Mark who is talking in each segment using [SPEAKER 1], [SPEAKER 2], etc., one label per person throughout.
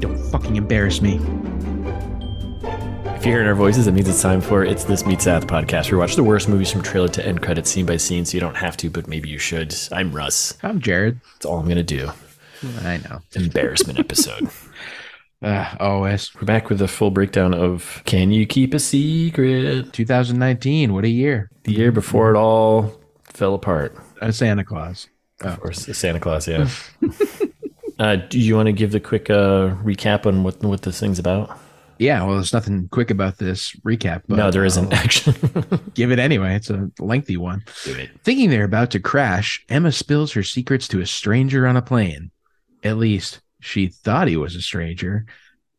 [SPEAKER 1] Don't fucking embarrass me.
[SPEAKER 2] If you're hearing our voices, that means it's time for It's This Meets That podcast. where We watch the worst movies from trailer to end credits, scene by scene, so you don't have to, but maybe you should. I'm Russ.
[SPEAKER 1] I'm Jared.
[SPEAKER 2] That's all I'm going to do.
[SPEAKER 1] I know.
[SPEAKER 2] Embarrassment episode.
[SPEAKER 1] Uh, always.
[SPEAKER 2] We're back with a full breakdown of Can You Keep a Secret?
[SPEAKER 1] 2019. What a year.
[SPEAKER 2] The year before it all fell apart.
[SPEAKER 1] Uh, Santa Claus.
[SPEAKER 2] Of course, Santa Claus, yeah. uh, do you want to give the quick uh, recap on what, what this thing's about?
[SPEAKER 1] Yeah. Well, there's nothing quick about this recap, but
[SPEAKER 2] no, there isn't,
[SPEAKER 1] I'll
[SPEAKER 2] actually.
[SPEAKER 1] give it anyway. It's a lengthy one.
[SPEAKER 2] do it.
[SPEAKER 1] Thinking they're about to crash, Emma spills her secrets to a stranger on a plane. At least she thought he was a stranger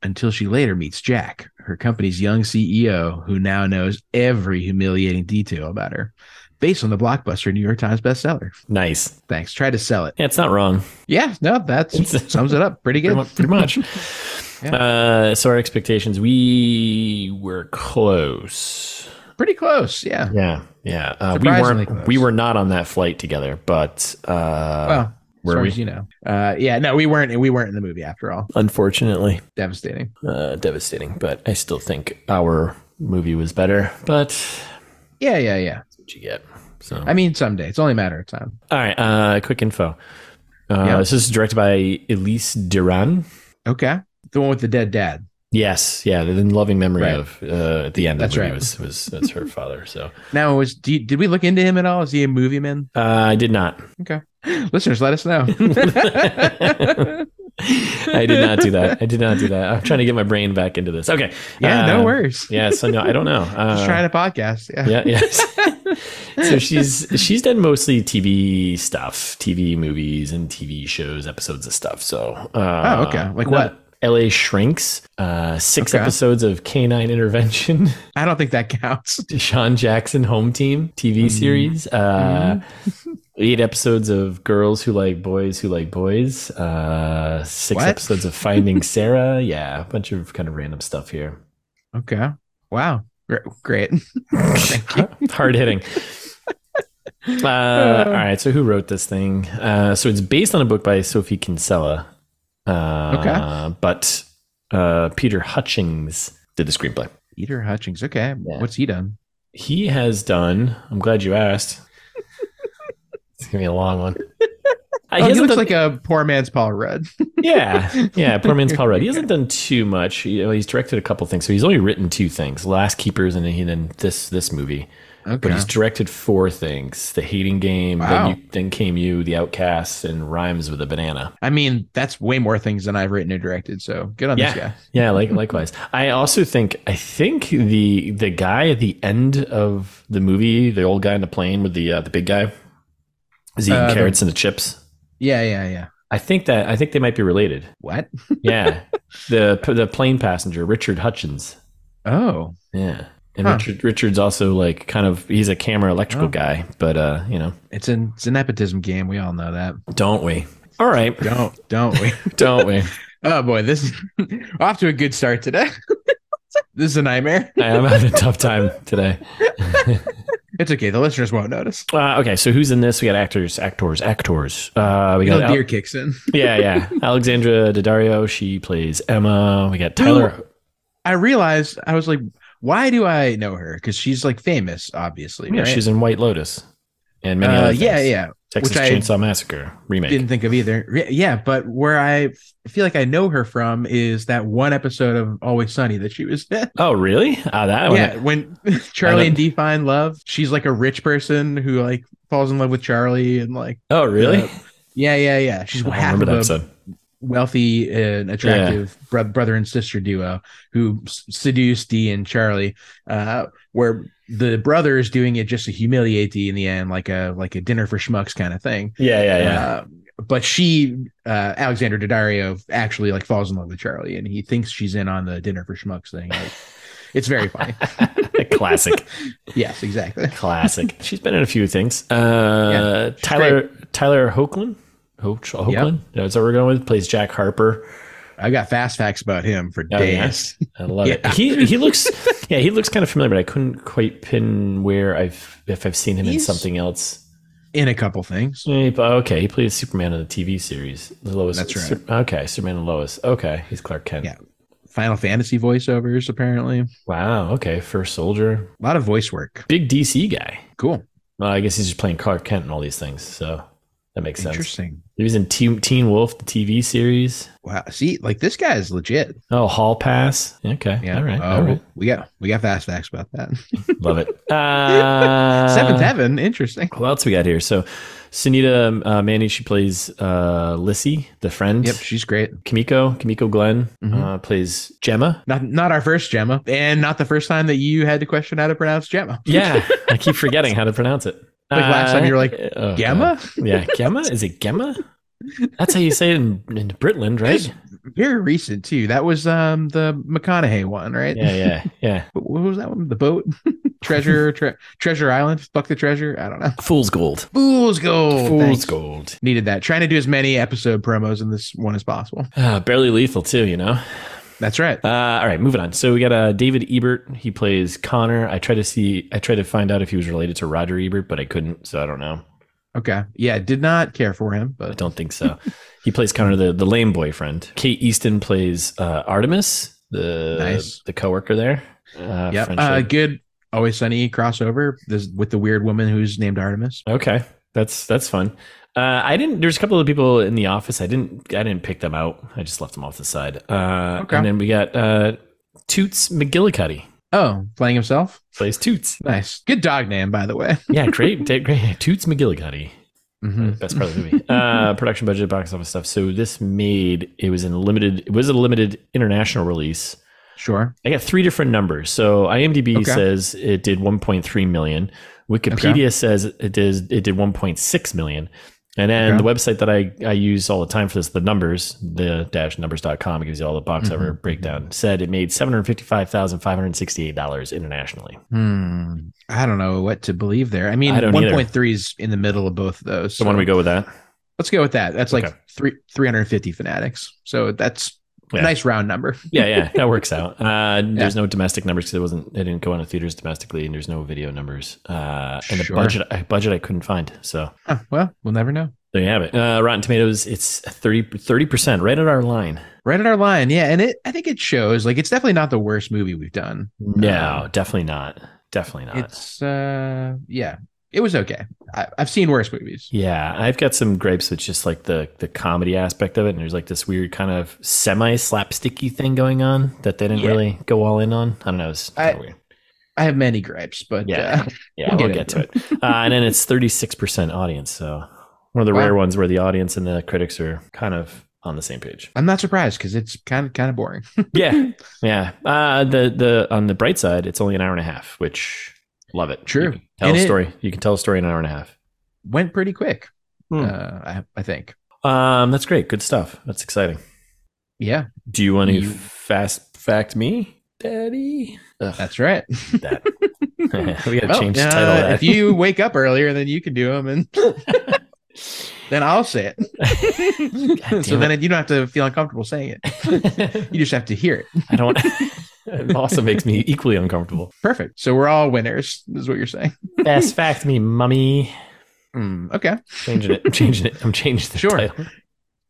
[SPEAKER 1] until she later meets Jack, her company's young CEO, who now knows every humiliating detail about her. Based on the blockbuster New York Times bestseller.
[SPEAKER 2] Nice.
[SPEAKER 1] Thanks. Try to sell it.
[SPEAKER 2] Yeah, it's not wrong.
[SPEAKER 1] Yeah, no, that
[SPEAKER 2] It's-
[SPEAKER 1] sums it up pretty
[SPEAKER 2] pretty,
[SPEAKER 1] good.
[SPEAKER 2] mu- pretty much.
[SPEAKER 1] Yeah.
[SPEAKER 2] uh, so our expectations, we were close.
[SPEAKER 1] Pretty close. Yeah.
[SPEAKER 2] Yeah, yeah. Uh, we
[SPEAKER 1] Surprisingly
[SPEAKER 2] weren't.
[SPEAKER 1] close.
[SPEAKER 2] We were not on that flight together, but uh,
[SPEAKER 1] Well,
[SPEAKER 2] were
[SPEAKER 1] as far
[SPEAKER 2] we?
[SPEAKER 1] as you know. Uh, yeah, no, we weren't. We weren't in the movie after all.
[SPEAKER 2] unfortunately,
[SPEAKER 1] Devastating.
[SPEAKER 2] uh, devastating. But I still think our movie was better. But that's
[SPEAKER 1] Yeah, yeah, yeah.
[SPEAKER 2] what you get. So
[SPEAKER 1] I mean, someday. It's only a matter of time.
[SPEAKER 2] all right. Uh, quick info. Uh,
[SPEAKER 1] Yeah.
[SPEAKER 2] This is directed by Elise Duran.
[SPEAKER 1] Okay. The one with the dead dad.
[SPEAKER 2] Yes, yeah, the loving memory
[SPEAKER 1] Right.
[SPEAKER 2] of uh, at the end.
[SPEAKER 1] That's
[SPEAKER 2] of the movie
[SPEAKER 1] right.
[SPEAKER 2] Was was that's her father. So
[SPEAKER 1] Now, was do you, did we look into him at all? Is he a movie man?
[SPEAKER 2] uh, I did not.
[SPEAKER 1] Okay, listeners, let us know.
[SPEAKER 2] I did not do that. I did not do that. I'm trying to get my brain back into this. Okay.
[SPEAKER 1] yeah, no
[SPEAKER 2] Um,
[SPEAKER 1] worries.
[SPEAKER 2] Yeah. So no, I don't know. Uh,
[SPEAKER 1] Just trying to podcast. Yeah,
[SPEAKER 2] yeah. Yes. so she's she's done mostly TV stuff, TV movies and TV shows, episodes of stuff. So. Uh,
[SPEAKER 1] Oh, okay. Like
[SPEAKER 2] no,
[SPEAKER 1] what?
[SPEAKER 2] L.A. Shrinks, uh, six
[SPEAKER 1] Okay.
[SPEAKER 2] episodes of Canine Intervention,
[SPEAKER 1] I don't think that counts.
[SPEAKER 2] Deshaun Jackson Home Team TV series, uh, eight episodes of Girls Who Like Boys Who Like Boys, uh, six
[SPEAKER 1] What?
[SPEAKER 2] episodes of Finding Sarah. Yeah, a bunch of kind of random stuff here.
[SPEAKER 1] Okay, wow, Gr- great. Thank you.
[SPEAKER 2] Hard hitting. Uh, all right, so who wrote this thing? Uh, so it's based on a book by Sophie Kinsella. Uh, okay. But uh, Peter Hutchings did the screenplay.
[SPEAKER 1] Peter Hutchings. Okay,
[SPEAKER 2] Yeah.
[SPEAKER 1] what's he done?
[SPEAKER 2] He has done, I'm glad you asked. it's going to be a long one. Uh,
[SPEAKER 1] Oh, he
[SPEAKER 2] hasn't
[SPEAKER 1] looks
[SPEAKER 2] done-
[SPEAKER 1] like a poor man's Paul Rudd.
[SPEAKER 2] yeah, yeah. Poor man's Paul Rudd. He hasn't done too much. You know, he's directed a couple things, so he's only written two things: Last Keepers and then this this movie. But
[SPEAKER 1] Okay,
[SPEAKER 2] he's directed four things: The Hating Game,
[SPEAKER 1] Wow.
[SPEAKER 2] then, you, then came you, The Outcast, and Rhymes with a Banana.
[SPEAKER 1] I mean that's way more things than I've written or directed. So good on this
[SPEAKER 2] Yeah,
[SPEAKER 1] guy.
[SPEAKER 2] yeah. Like likewise, I also think I think the the guy at the end of the movie, the old guy in the plane with the uh, the big guy, is eating
[SPEAKER 1] Uh, the-
[SPEAKER 2] carrots and the chips.
[SPEAKER 1] Yeah, yeah, yeah.
[SPEAKER 2] I think that I think they might be related.
[SPEAKER 1] What?
[SPEAKER 2] Yeah, the the plane passenger, Richard Hutchins.
[SPEAKER 1] Oh,
[SPEAKER 2] Yeah. And
[SPEAKER 1] Huh.
[SPEAKER 2] Richard Richard's also like kind of he's a camera electrical
[SPEAKER 1] Oh.
[SPEAKER 2] guy, but uh, you know,
[SPEAKER 1] it's an it's a nepotism game. We all know that.
[SPEAKER 2] don't we? All right,
[SPEAKER 1] Don't don't we?
[SPEAKER 2] don't we?
[SPEAKER 1] Oh boy, this is off to a good start today. this is a nightmare.
[SPEAKER 2] I'm having a tough time today.
[SPEAKER 1] It's okay. The listeners won't notice.
[SPEAKER 2] Uh, okay, so who's in this? We got actors, actors, actors. Uh, we
[SPEAKER 1] You
[SPEAKER 2] got
[SPEAKER 1] know, deer kicks in.
[SPEAKER 2] yeah, yeah. Alexandra Daddario, she plays Emma. We
[SPEAKER 1] Oh,
[SPEAKER 2] got Tyler.
[SPEAKER 1] I realized I was like, why do I know her? Because she's like famous, obviously.
[SPEAKER 2] Yeah,
[SPEAKER 1] right?
[SPEAKER 2] she's in White Lotus, and many
[SPEAKER 1] Uh,
[SPEAKER 2] other
[SPEAKER 1] yeah,
[SPEAKER 2] things.
[SPEAKER 1] yeah.
[SPEAKER 2] Texas
[SPEAKER 1] which I
[SPEAKER 2] Chainsaw Massacre remake.
[SPEAKER 1] Didn't think of either. Re- Yeah, but where I f- feel like I know her from is that one episode of Always Sunny that she was in.
[SPEAKER 2] oh, really? Ah, that one.
[SPEAKER 1] yeah, when Charlie and Dee find love, she's like a rich person who like falls in love with Charlie and like
[SPEAKER 2] Oh, really?
[SPEAKER 1] Yeah. yeah, yeah, yeah. She's
[SPEAKER 2] I don't
[SPEAKER 1] half
[SPEAKER 2] remember
[SPEAKER 1] of
[SPEAKER 2] that
[SPEAKER 1] a
[SPEAKER 2] episode.
[SPEAKER 1] wealthy and attractive bro- brother and sister duo who s- seduce Dee and Charlie, uh, where the brother is doing it just to humiliate Dee in the end, like a like a dinner for schmucks kind of thing.
[SPEAKER 2] Yeah, yeah, yeah.
[SPEAKER 1] Uh, but she, uh, Alexander Daddario, actually like falls in love with Charlie, and he thinks she's in on the dinner for schmucks thing. Like, it's very funny.
[SPEAKER 2] Classic.
[SPEAKER 1] yes, exactly.
[SPEAKER 2] Classic. She's been in a few things. Uh,
[SPEAKER 1] she's
[SPEAKER 2] Tyler Tyler Hoechlin. Hoach, Hoechlin. That's what we're going with. Plays Jack Harper.
[SPEAKER 1] I've got fast facts about him for
[SPEAKER 2] Oh, yeah.
[SPEAKER 1] days.
[SPEAKER 2] I love it.
[SPEAKER 1] Yeah.
[SPEAKER 2] He he looks yeah he looks kind of familiar, but I couldn't quite pin where I've if I've seen him in
[SPEAKER 1] He's-
[SPEAKER 2] something else.
[SPEAKER 1] in a couple things.
[SPEAKER 2] He- okay, he plays Superman in the TV series. The Lois.
[SPEAKER 1] That's right.
[SPEAKER 2] Sup- okay, Superman and Lois. Okay, he's Clark Kent.
[SPEAKER 1] Yeah. Final Fantasy voiceovers, apparently. A
[SPEAKER 2] Wow. Okay, first soldier.
[SPEAKER 1] lot of voice work.
[SPEAKER 2] Big DC guy.
[SPEAKER 1] Cool.
[SPEAKER 2] Well, I guess he's just playing Clark Kent and all these things. So that makes sense.
[SPEAKER 1] Interesting.
[SPEAKER 2] He was in Teen, Teen Wolf, the TV series.
[SPEAKER 1] Wow. See, like this guy is legit.
[SPEAKER 2] Oh, Hall Pass. Okay.
[SPEAKER 1] Yeah.
[SPEAKER 2] All right.
[SPEAKER 1] Oh,
[SPEAKER 2] all right.
[SPEAKER 1] We got we got fast facts about that.
[SPEAKER 2] Love it. Uh,
[SPEAKER 1] Seventh Heaven. Interesting.
[SPEAKER 2] What else we got here? So, Sunita uh, Manny, she plays uh, Lissy, the friend.
[SPEAKER 1] Yep, she's great.
[SPEAKER 2] Kimiko, Kimiko Glenn
[SPEAKER 1] Mhm.
[SPEAKER 2] uh, plays Gemma.
[SPEAKER 1] Not not our first Gemma, and not the first time that you had to question how to pronounce Gemma.
[SPEAKER 2] Yeah, I keep forgetting how to pronounce it.
[SPEAKER 1] Like last time you were like,
[SPEAKER 2] oh,
[SPEAKER 1] Gemma?
[SPEAKER 2] God. Yeah, Gemma. Is it Gemma? That's how you say it in, in Britland, right?
[SPEAKER 1] Very recent too. That was um the McConaughey one, right?
[SPEAKER 2] Yeah, yeah, yeah.
[SPEAKER 1] What what was that one? The boat, treasure, tre- treasure island, fuck the treasure. I don't know.
[SPEAKER 2] Fool's gold.
[SPEAKER 1] Fool's gold.
[SPEAKER 2] Fool's
[SPEAKER 1] Thanks.
[SPEAKER 2] gold.
[SPEAKER 1] Needed that. Trying to do as many episode promos in this one as possible.
[SPEAKER 2] Ah, barely lethal too, you know.
[SPEAKER 1] That's right.
[SPEAKER 2] Uh, all right, moving on. So we got uh, David Ebert. He plays Connor. I tried to see. I tried to find out if he was related to Roger Ebert, but I couldn't. So I don't know.
[SPEAKER 1] Okay. Yeah, did not care for him,
[SPEAKER 2] I
[SPEAKER 1] but
[SPEAKER 2] don't think so. he plays Connor, the the lame boyfriend. Kate Easton plays uh, Artemis, the
[SPEAKER 1] Nice.
[SPEAKER 2] the coworker there. Uh,
[SPEAKER 1] yep.
[SPEAKER 2] friendship.
[SPEAKER 1] Uh, good. Always Sunny crossover this, with the weird woman who's named Artemis.
[SPEAKER 2] okay, that's that's fun. Uh, I didn't. There's a couple of people in the office. I didn't. I didn't pick them out. I just left them off the side. Uh,
[SPEAKER 1] Okay.
[SPEAKER 2] And then we got uh, Toots McGillicuddy
[SPEAKER 1] Oh, playing himself.
[SPEAKER 2] plays Toots.
[SPEAKER 1] Nice. Good dog name, by the way.
[SPEAKER 2] yeah, great, great, great. Toots McGillicuddy.
[SPEAKER 1] Mhm.
[SPEAKER 2] Best part of the movie. Uh, production budget, box office stuff. So this made it was in limited. It was a limited international release.
[SPEAKER 1] Sure.
[SPEAKER 2] I got three different numbers. So IMDb
[SPEAKER 1] Okay.
[SPEAKER 2] says it did 1.3 million. Wikipedia says it did it did 1.6 million. And then
[SPEAKER 1] Okay.
[SPEAKER 2] the website that I, I use all the time for this, the numbers, the dash numbers.com, it gives you all the box
[SPEAKER 1] Mhm.
[SPEAKER 2] office breakdown, said it made $755,568 internationally.
[SPEAKER 1] Hmm. I don't know what to believe there. I mean,
[SPEAKER 2] I don't either.
[SPEAKER 1] 1.3 is in the middle of both of those.
[SPEAKER 2] So, why don't we go with that?
[SPEAKER 1] Let's go with that. That's
[SPEAKER 2] Okay.
[SPEAKER 1] like three 350 fanatics. So that's
[SPEAKER 2] Yeah.
[SPEAKER 1] a nice round number.
[SPEAKER 2] yeah, yeah, that works out. Uh, There's no domestic numbers because it wasn't. It didn't go into theaters domestically, and there's no video numbers. Uh, and the
[SPEAKER 1] Sure.
[SPEAKER 2] budget, I, budget, I couldn't find. So
[SPEAKER 1] Huh, well, we'll never know.
[SPEAKER 2] there you have it. Uh, Rotten Tomatoes, it's 30 percent, right at our line.
[SPEAKER 1] Right at our line. Yeah. And it, I think it shows like it's definitely not the worst movie we've done.
[SPEAKER 2] No,
[SPEAKER 1] Um,
[SPEAKER 2] definitely not. Definitely not.
[SPEAKER 1] It's, uh, yeah, it was okay. I, I've seen worse movies.
[SPEAKER 2] yeah, I've got some gripes with just like the the comedy aspect of it, and there's like this weird kind of semi slapsticky thing going on that they didn't
[SPEAKER 1] Yeah.
[SPEAKER 2] really go all in on. I don't know. It's kind
[SPEAKER 1] I-
[SPEAKER 2] of weird.
[SPEAKER 1] I have many gripes, but uh,
[SPEAKER 2] Yeah.
[SPEAKER 1] yeah.
[SPEAKER 2] Yeah, we'll,
[SPEAKER 1] We'll get
[SPEAKER 2] get to it. Uh, and then it's 36% audience. So one of the
[SPEAKER 1] Wow.
[SPEAKER 2] rare ones where the audience and the critics are kind of on the same page.
[SPEAKER 1] I'm not surprised because it's kind of kind of boring.
[SPEAKER 2] Yeah. yeah. Uh, the, the, on the bright side, it's only an hour and a half, which love it.
[SPEAKER 1] True.
[SPEAKER 2] You can tell
[SPEAKER 1] And
[SPEAKER 2] a
[SPEAKER 1] it-
[SPEAKER 2] story. you can tell a story in an hour and a half.
[SPEAKER 1] Went pretty quick,
[SPEAKER 2] Hmm.
[SPEAKER 1] uh, I, I think.
[SPEAKER 2] Um, that's great. Good stuff. That's exciting.
[SPEAKER 1] Yeah,
[SPEAKER 2] Do you want to
[SPEAKER 1] You-
[SPEAKER 2] fast fact me, daddy? Ugh,
[SPEAKER 1] that's right.
[SPEAKER 2] that. we got to
[SPEAKER 1] Well,
[SPEAKER 2] change the
[SPEAKER 1] uh,
[SPEAKER 2] title. of that.
[SPEAKER 1] if you wake up earlier, then you can do them, and then I'll say
[SPEAKER 2] God
[SPEAKER 1] it. so
[SPEAKER 2] damn
[SPEAKER 1] then you don't have to feel uncomfortable saying it. You just have to hear it.
[SPEAKER 2] I don't. it also makes me equally uncomfortable.
[SPEAKER 1] Perfect. So we're all winners, is what you're saying.
[SPEAKER 2] Fast fact me, mummy. Hmm.
[SPEAKER 1] Mm, okay.
[SPEAKER 2] Changing it. I'm changing it. I'm changing the
[SPEAKER 1] Sure.
[SPEAKER 2] title.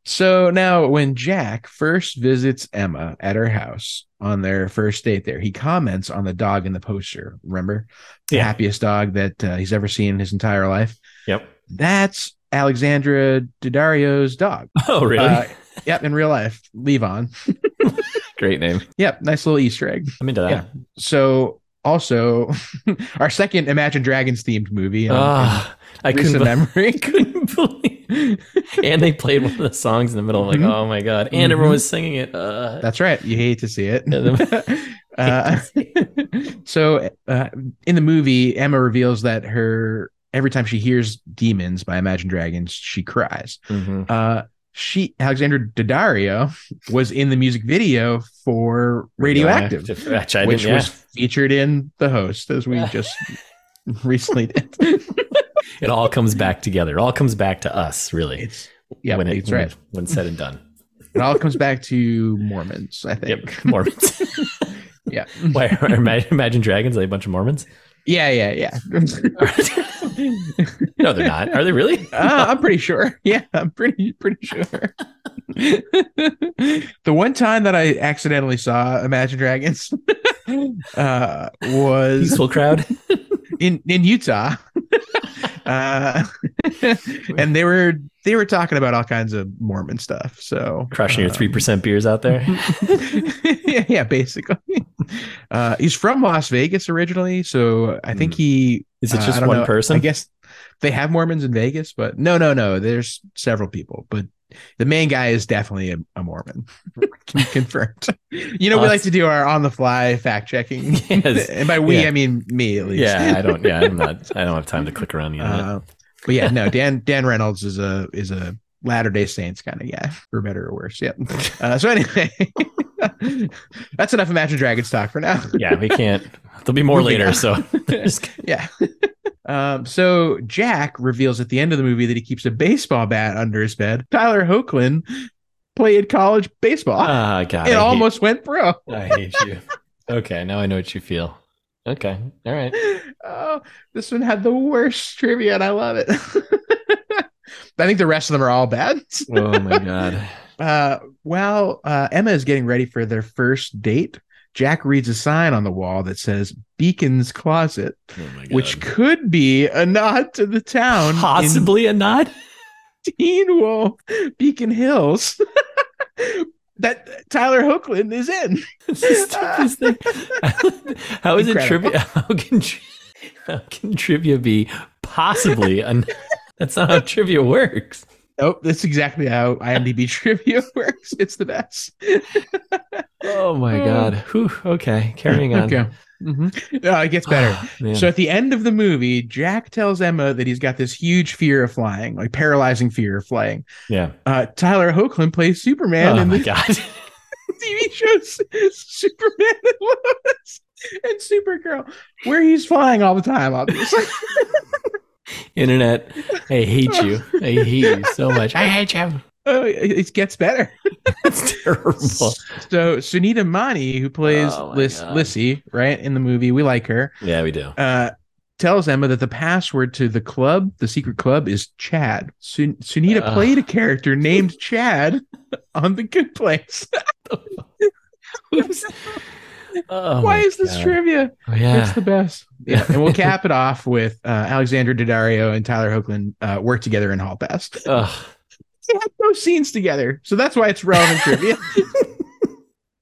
[SPEAKER 1] So now, when Jack first visits Emma at her house on their first date there, he comments on the dog in the poster. Remember? The
[SPEAKER 2] Yeah.
[SPEAKER 1] happiest dog that uh, he's ever seen in his entire life.
[SPEAKER 2] Yep.
[SPEAKER 1] That's Alexandra Daddario's dog.
[SPEAKER 2] Oh, really?
[SPEAKER 1] Uh, yep, in real life. Levon.
[SPEAKER 2] Great name.
[SPEAKER 1] Yep, nice little Easter egg.
[SPEAKER 2] I'm into that.
[SPEAKER 1] So, also, our second Imagine Dragons themed movie. um,
[SPEAKER 2] Ah, I
[SPEAKER 1] in recent
[SPEAKER 2] couldn't, be-
[SPEAKER 1] memory.
[SPEAKER 2] couldn't believe. And they played one of the songs in the middle. I'm like,
[SPEAKER 1] Mhm.
[SPEAKER 2] oh my god! And everyone was singing it. Uh,
[SPEAKER 1] That's right. You hate to see it.
[SPEAKER 2] Yeah,
[SPEAKER 1] uh, so, uh, in the movie, Emma reveals that her every time she hears "Demons" by Imagine Dragons, she cries.
[SPEAKER 2] mhm.
[SPEAKER 1] Uh, she Alexandra Daddario was in the music video for "Radioactive,",
[SPEAKER 2] Which I
[SPEAKER 1] which
[SPEAKER 2] didn't, yeah.
[SPEAKER 1] was featured in "The Host," as we
[SPEAKER 2] Yeah.
[SPEAKER 1] just recently did.
[SPEAKER 2] it all comes back together. It all comes back to us, really.
[SPEAKER 1] it's yeah,
[SPEAKER 2] when it-
[SPEAKER 1] it's
[SPEAKER 2] when-
[SPEAKER 1] right.
[SPEAKER 2] When said and done.
[SPEAKER 1] It all comes back to Mormons, I think.
[SPEAKER 2] Yep. Mormons.
[SPEAKER 1] Yeah,
[SPEAKER 2] Why are Imagine Dragons like a bunch of Mormons?
[SPEAKER 1] yeah, yeah, yeah.
[SPEAKER 2] No, they're not. Are they really?
[SPEAKER 1] Uh, I'm pretty sure. Yeah, I'm pretty pretty sure. the one time that I accidentally saw Imagine Dragons uh, was
[SPEAKER 2] Peaceful crowd.
[SPEAKER 1] in in Utah, uh, and they were they were talking about all kinds of Mormon stuff. So
[SPEAKER 2] Crushing your
[SPEAKER 1] um,
[SPEAKER 2] three percent beers out there.
[SPEAKER 1] yeah, yeah, basically. Uh, he's from Las Vegas originally, so I think
[SPEAKER 2] Hmm.
[SPEAKER 1] he.
[SPEAKER 2] Is it
[SPEAKER 1] uh, I
[SPEAKER 2] just
[SPEAKER 1] don't
[SPEAKER 2] one
[SPEAKER 1] know,
[SPEAKER 2] person?
[SPEAKER 1] I guess they have Mormons in Vegas, but no, no, no. There's several people, but the main guy is definitely a, a Mormon, Con- confirmed. You know, we like
[SPEAKER 2] Awesome.
[SPEAKER 1] to do our on the fly fact checking,
[SPEAKER 2] Yes.
[SPEAKER 1] and by we,
[SPEAKER 2] Yeah.
[SPEAKER 1] I mean me at least.
[SPEAKER 2] Yeah, I don't. Yeah, I'm not. I don't have time to click around the internet.
[SPEAKER 1] Uh, but yeah, no, Dan Dan Reynolds is a is a Latter Day Saints kind of guy, for better or worse. Yep. Uh, so anyway, that's enough Imagine Dragons talk for now.
[SPEAKER 2] yeah, we can't. There'll be more
[SPEAKER 1] Moving
[SPEAKER 2] later.
[SPEAKER 1] on.
[SPEAKER 2] So just-
[SPEAKER 1] Yeah. Um, so Jack reveals at the end of the movie that he keeps a baseball bat under his bed. Tyler Hoechlin played college baseball.
[SPEAKER 2] ah, God,
[SPEAKER 1] it
[SPEAKER 2] I hate-
[SPEAKER 1] almost went pro.
[SPEAKER 2] I hate you. Okay, now I know what you feel. Okay, all right.
[SPEAKER 1] Oh, this one had the worst trivia, and I love it. I think the rest of them are all bad.
[SPEAKER 2] Oh my God.
[SPEAKER 1] Uh, while uh, Emma is getting ready for their first date, Jack reads a sign on the wall that says Beacon's Closet,
[SPEAKER 2] Oh my God.
[SPEAKER 1] which could be a nod to the town in
[SPEAKER 2] possibly a nod?
[SPEAKER 1] Teen Wolf Beacon Hills that Tyler Hoechlin is in.
[SPEAKER 2] This is the stupidest thing. How is
[SPEAKER 1] Incredible.
[SPEAKER 2] it trivia? How can tri- how can trivia be possibly a? nod? That's not how trivia works.
[SPEAKER 1] Nope, that's exactly how IMDb trivia works. It's the best.
[SPEAKER 2] Oh my
[SPEAKER 1] Oh.
[SPEAKER 2] God. Whew, okay, carrying on.
[SPEAKER 1] Okay. Mhm. Uh, it gets better.
[SPEAKER 2] Man.
[SPEAKER 1] So at the end of the movie, Jack tells Emma that he's got this huge fear of flying, like paralyzing fear of flying.
[SPEAKER 2] yeah.
[SPEAKER 1] Uh, Tyler Hoechlin plays Superman
[SPEAKER 2] Oh
[SPEAKER 1] in
[SPEAKER 2] my
[SPEAKER 1] the
[SPEAKER 2] God.
[SPEAKER 1] TV show Superman and Lois and Supergirl, where he's flying all the time, obviously.
[SPEAKER 2] Internet, I hate you. I hate you so much. I hate you.
[SPEAKER 1] oh, it it gets better.
[SPEAKER 2] That's terrible.
[SPEAKER 1] So Sunita Mani, who plays
[SPEAKER 2] Oh my
[SPEAKER 1] Liz,
[SPEAKER 2] God.
[SPEAKER 1] Lissy, right in the movie, we like her.
[SPEAKER 2] Yeah, we do.
[SPEAKER 1] Uh, tells Emma that the password to the club, the secret club, is Chad. Sun- Sunita
[SPEAKER 2] Ugh.
[SPEAKER 1] played a character named Chad on The Good Place.
[SPEAKER 2] Oops. Oh
[SPEAKER 1] Why
[SPEAKER 2] my
[SPEAKER 1] is this
[SPEAKER 2] God.
[SPEAKER 1] trivia?
[SPEAKER 2] Oh, yeah.
[SPEAKER 1] It's the best. Yeah, and we'll cap it off with uh, Alexander Daddario and Tyler Hoechlin uh, work together in Hall Pass.
[SPEAKER 2] Ugh.
[SPEAKER 1] They had no scenes together, so that's why it's relevant trivia.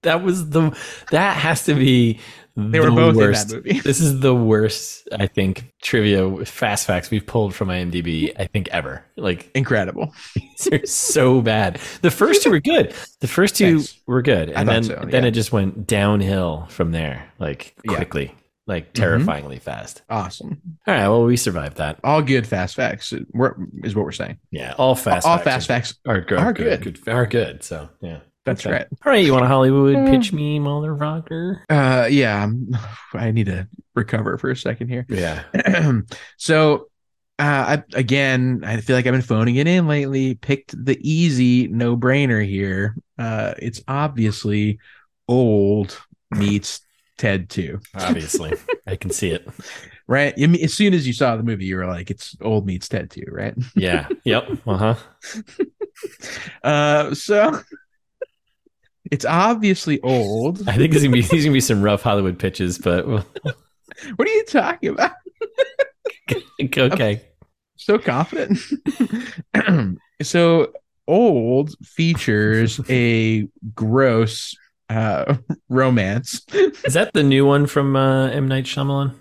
[SPEAKER 2] That was the that has to be
[SPEAKER 1] They
[SPEAKER 2] the
[SPEAKER 1] were both
[SPEAKER 2] worst.
[SPEAKER 1] in that movie.
[SPEAKER 2] This is the worst, I think, trivia fast facts we've pulled from IMDb, I think, ever. Like
[SPEAKER 1] Incredible.
[SPEAKER 2] they're so bad. The first two were good. The first two
[SPEAKER 1] Thanks.
[SPEAKER 2] were good, and
[SPEAKER 1] thought
[SPEAKER 2] then
[SPEAKER 1] so,
[SPEAKER 2] then
[SPEAKER 1] yeah.
[SPEAKER 2] it just went downhill from there, like
[SPEAKER 1] Yeah. Mm-hmm.
[SPEAKER 2] quickly, like terrifyingly fast.
[SPEAKER 1] Awesome.
[SPEAKER 2] All right, well, we survived that.
[SPEAKER 1] All good fast facts we're- is what we're saying.
[SPEAKER 2] Yeah, all fast,
[SPEAKER 1] all
[SPEAKER 2] facts
[SPEAKER 1] fast facts.
[SPEAKER 2] are good,
[SPEAKER 1] are
[SPEAKER 2] are
[SPEAKER 1] good.
[SPEAKER 2] good, good, are good. So yeah,
[SPEAKER 1] That's
[SPEAKER 2] Okay.
[SPEAKER 1] right.
[SPEAKER 2] All right, you want a Hollywood
[SPEAKER 1] Uh.
[SPEAKER 2] pitch me, motherfucker?
[SPEAKER 1] Uh, yeah, I'm- I need to recover for a second here.
[SPEAKER 2] Yeah,
[SPEAKER 1] so, uh, I, again, I feel like I've been phoning it in lately. Picked the easy no brainer here. Uh, it's obviously old meets Ted 2,
[SPEAKER 2] obviously, I can see it.
[SPEAKER 1] right? I mean, as soon as you saw the movie, you were like, it's old meets Ted 2, right?
[SPEAKER 2] Yeah. Yep. Uh huh.
[SPEAKER 1] Uh, so it's obviously old.
[SPEAKER 2] I think there's gonna be these gonna be some rough Hollywood pitches, but well,
[SPEAKER 1] What are you talking about?
[SPEAKER 2] okay.
[SPEAKER 1] so confident. so old features a gross uh romance.
[SPEAKER 2] Is that the new one from uh, M Night Shyamalan?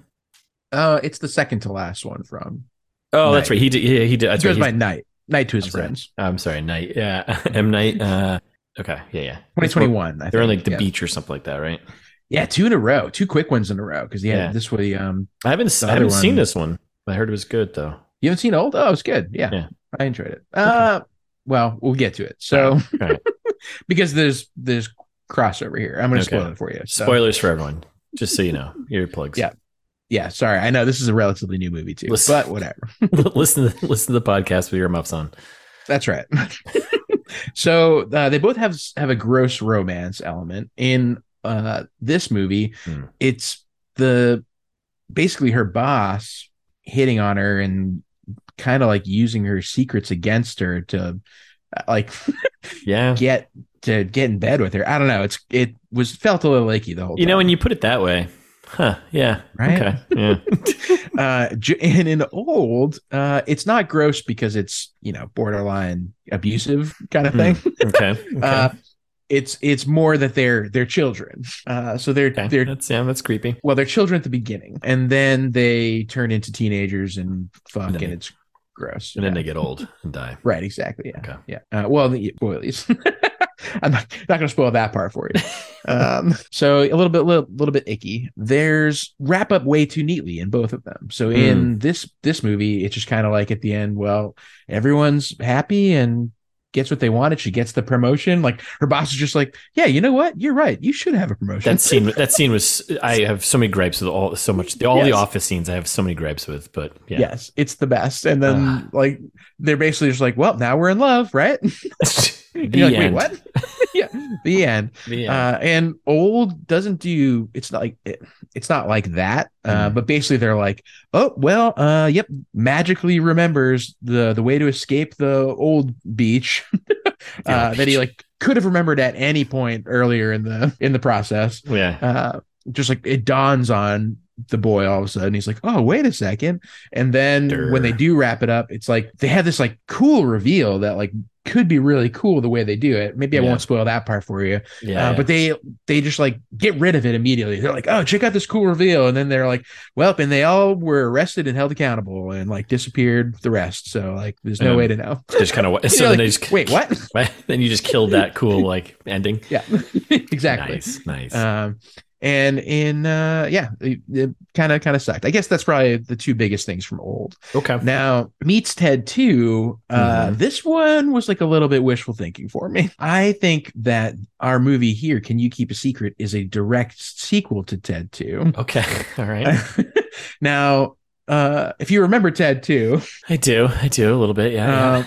[SPEAKER 1] Uh it's the second to last one from.
[SPEAKER 2] Oh,
[SPEAKER 1] Night.
[SPEAKER 2] that's right. He did. Yeah, he did.
[SPEAKER 1] It
[SPEAKER 2] That's right.
[SPEAKER 1] goes by
[SPEAKER 2] He's-
[SPEAKER 1] Night. Night to his
[SPEAKER 2] I'm sorry.
[SPEAKER 1] friends.
[SPEAKER 2] I'm sorry. Night. Yeah. M Night. Uh, okay. Yeah. Yeah.
[SPEAKER 1] Twenty twenty one. I
[SPEAKER 2] They're on
[SPEAKER 1] think.
[SPEAKER 2] like the
[SPEAKER 1] yeah.
[SPEAKER 2] beach or something like that, right?
[SPEAKER 1] Yeah, two in a row. Two quick ones in a row. Because yeah,
[SPEAKER 2] Yeah.
[SPEAKER 1] this way um
[SPEAKER 2] I haven't. s-
[SPEAKER 1] The
[SPEAKER 2] I haven't
[SPEAKER 1] other one-
[SPEAKER 2] seen this one. I heard it was good though.
[SPEAKER 1] you haven't seen old? Oh, it's good. Yeah.
[SPEAKER 2] Yeah.
[SPEAKER 1] I enjoyed it. Uh well, we'll get to it. So
[SPEAKER 2] All right.
[SPEAKER 1] because there's there's crossover here. I'm gonna
[SPEAKER 2] Okay.
[SPEAKER 1] spoil it for you. So.
[SPEAKER 2] Spoilers for everyone, just so you know. Earplugs.
[SPEAKER 1] Yeah. Yeah, sorry. I know this is a relatively new movie too,
[SPEAKER 2] Listen-
[SPEAKER 1] but whatever.
[SPEAKER 2] listen. To, listen to the podcast with your muffs on.
[SPEAKER 1] That's right. so uh, they both have have a gross romance element in uh, this movie.
[SPEAKER 2] Hmm.
[SPEAKER 1] It's the basically her boss. hitting on her and kind of like using her secrets against her to uh, like
[SPEAKER 2] yeah.
[SPEAKER 1] get to get in bed with her. I don't know. It's it was felt a little icky the whole
[SPEAKER 2] You know,
[SPEAKER 1] time.
[SPEAKER 2] when you put it that way, huh? Yeah.
[SPEAKER 1] Right?
[SPEAKER 2] Okay. Yeah.
[SPEAKER 1] uh, j- and in old, uh, it's not gross because it's you know borderline abusive kind
[SPEAKER 2] Hmm.
[SPEAKER 1] of thing.
[SPEAKER 2] okay. okay.
[SPEAKER 1] Uh, it's it's more that they're they're children. Uh, so they're
[SPEAKER 2] okay.
[SPEAKER 1] they're
[SPEAKER 2] That's yeah. That's creepy.
[SPEAKER 1] well they're children at the beginning, and then they turn into teenagers and fuck,
[SPEAKER 2] And
[SPEAKER 1] and,
[SPEAKER 2] then they-
[SPEAKER 1] it's gross.
[SPEAKER 2] And then
[SPEAKER 1] Yeah.
[SPEAKER 2] they get old and die.
[SPEAKER 1] right, exactly. Yeah,
[SPEAKER 2] Okay.
[SPEAKER 1] yeah. Uh, well, the, well, at least. I'm not, not going to spoil that part for you. Um, so a little bit, little, little bit icky. There's wrap up way too neatly in both of them. So in
[SPEAKER 2] Hmm.
[SPEAKER 1] this this movie, it's just kind of like at the end, well, everyone's happy and gets what they wanted. She gets the promotion. Like her boss is just like, yeah, you know what? You're right. You should have a promotion.
[SPEAKER 2] That scene. That scene was. I have so many gripes with all so much. All the
[SPEAKER 1] Yes.
[SPEAKER 2] office scenes. I have so many gripes with. But yeah. Ah.
[SPEAKER 1] Yes, it's the best. And then
[SPEAKER 2] Ugh.
[SPEAKER 1] like they're basically just like, well, now we're in love, right?
[SPEAKER 2] the
[SPEAKER 1] You're like,
[SPEAKER 2] end.
[SPEAKER 1] Wait, what? yeah, the end.
[SPEAKER 2] The end.
[SPEAKER 1] Uh, and old doesn't do it's not like it, it's not like that. Uh,
[SPEAKER 2] Mhm.
[SPEAKER 1] but basically they're like, oh well, uh, yep, magically remembers the the way to escape the old beach
[SPEAKER 2] The
[SPEAKER 1] uh, that
[SPEAKER 2] old
[SPEAKER 1] he
[SPEAKER 2] beach.
[SPEAKER 1] like could have remembered at any point earlier in the in the process.
[SPEAKER 2] yeah.
[SPEAKER 1] Uh, just like it dawns on the boy all of a sudden he's like oh wait a second and then
[SPEAKER 2] Durr.
[SPEAKER 1] when they do wrap it up it's like they have this like cool reveal that like could be really cool the way they do it maybe i
[SPEAKER 2] Yeah.
[SPEAKER 1] won't spoil that part for you
[SPEAKER 2] Yeah.
[SPEAKER 1] uh, but they they just like get rid of it immediately. They're like, oh, check out this cool reveal, and then they're like, well, and they all were arrested and held accountable and like disappeared. The rest, so like, there's no
[SPEAKER 2] Um,
[SPEAKER 1] way to know.
[SPEAKER 2] yeah. just kind of. So
[SPEAKER 1] You're
[SPEAKER 2] then
[SPEAKER 1] like,
[SPEAKER 2] they just
[SPEAKER 1] Wait, what?
[SPEAKER 2] then you just killed that cool like ending.
[SPEAKER 1] yeah, exactly.
[SPEAKER 2] Nice. Nice.
[SPEAKER 1] Um, and in uh, yeah, it kind of kind of sucked. I guess that's probably the two biggest things from old.
[SPEAKER 2] okay.
[SPEAKER 1] Now, Meets Ted 2, uh,
[SPEAKER 2] Mhm.
[SPEAKER 1] this one was like a little bit wishful thinking for me. I think that our movie here, Can You Keep a Secret, is a direct sequel to Ted 2.
[SPEAKER 2] Okay. All right.
[SPEAKER 1] now, uh, if you remember Ted 2,
[SPEAKER 2] I do. I do a little bit. Yeah.
[SPEAKER 1] uh,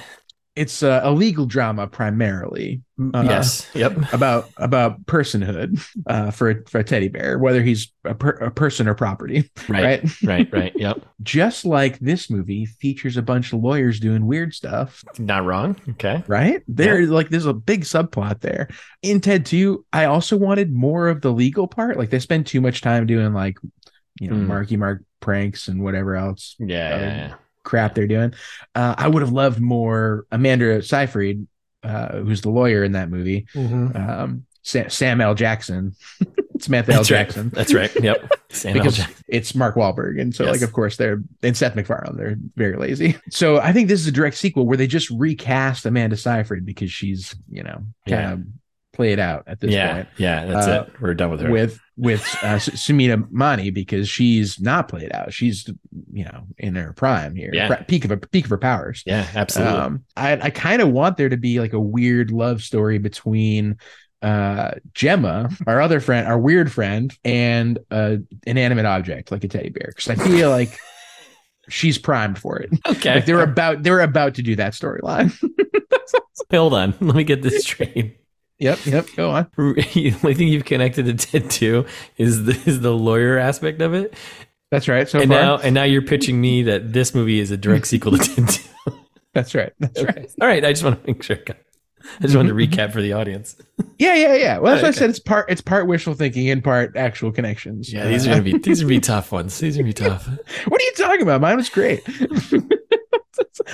[SPEAKER 1] it's uh, a legal drama primarily
[SPEAKER 2] yeah. Mm, yes. Yep.
[SPEAKER 1] about about personhood uh, for, a- for a teddy bear, whether he's a, per- a person or property,
[SPEAKER 2] Right.
[SPEAKER 1] right?
[SPEAKER 2] Right. Right. Yep.
[SPEAKER 1] Just like this movie features a bunch of lawyers doing weird stuff.
[SPEAKER 2] Not wrong. Okay.
[SPEAKER 1] right? There, like, there's a big subplot there. In Ted 2, I also wanted more of the legal part. Like, they spend too much time doing, like, you know,
[SPEAKER 2] Mm.
[SPEAKER 1] Marky Mark pranks and whatever else
[SPEAKER 2] Yeah. yeah, yeah.
[SPEAKER 1] crap they're doing. Uh, I would have loved more Amanda Seyfried, uh, who's the lawyer in that movie, um, Sa- Sam L. Jackson, Samantha L.
[SPEAKER 2] That's right.
[SPEAKER 1] Jackson.
[SPEAKER 2] That's right. Yep. Sam L.
[SPEAKER 1] Because
[SPEAKER 2] Jackson.
[SPEAKER 1] it's Mark Wahlberg, and so
[SPEAKER 2] Yes.
[SPEAKER 1] like of course they're and Seth MacFarlane, they're very lazy. So I think this is a direct sequel where they just recast Amanda Seyfried because she's you know kind
[SPEAKER 2] Yeah.
[SPEAKER 1] of played out at this
[SPEAKER 2] yeah.
[SPEAKER 1] point
[SPEAKER 2] Yeah. That's
[SPEAKER 1] Uh,
[SPEAKER 2] it. We're done with her.
[SPEAKER 1] with with uh, S- Sumita Mani because she's not played out. She's you know in her prime here,
[SPEAKER 2] Yeah.
[SPEAKER 1] pri- peak of a peak of her powers.
[SPEAKER 2] yeah. Absolutely.
[SPEAKER 1] Um, I I kind of want there to be like a weird love story between uh Gemma, our other friend, our weird friend, and uh an animate object like a teddy bear. Because I feel like she's primed for it.
[SPEAKER 2] okay.
[SPEAKER 1] Like they're about they're about to do that storyline.
[SPEAKER 2] Hold on. Let me get this straight.
[SPEAKER 1] yep, yep. Go on.
[SPEAKER 2] the only thing you've connected to Ted Two is the, is the lawyer aspect of it,
[SPEAKER 1] That's right. So
[SPEAKER 2] and
[SPEAKER 1] far,
[SPEAKER 2] now and now you're pitching me that this movie is a direct sequel to Ted Two.
[SPEAKER 1] that's right. That's
[SPEAKER 2] Okay.
[SPEAKER 1] right.
[SPEAKER 2] All right. I just want to make sure. I just wanted to
[SPEAKER 1] Mm-hmm.
[SPEAKER 2] recap for the audience.
[SPEAKER 1] Yeah, yeah, yeah. Well, that's why I
[SPEAKER 2] Oh, Okay.
[SPEAKER 1] said. It's part it's part wishful thinking and part actual connections.
[SPEAKER 2] Yeah, these are gonna be these are gonna be tough ones. These are gonna be tough.
[SPEAKER 1] What are you talking about? Mine was great.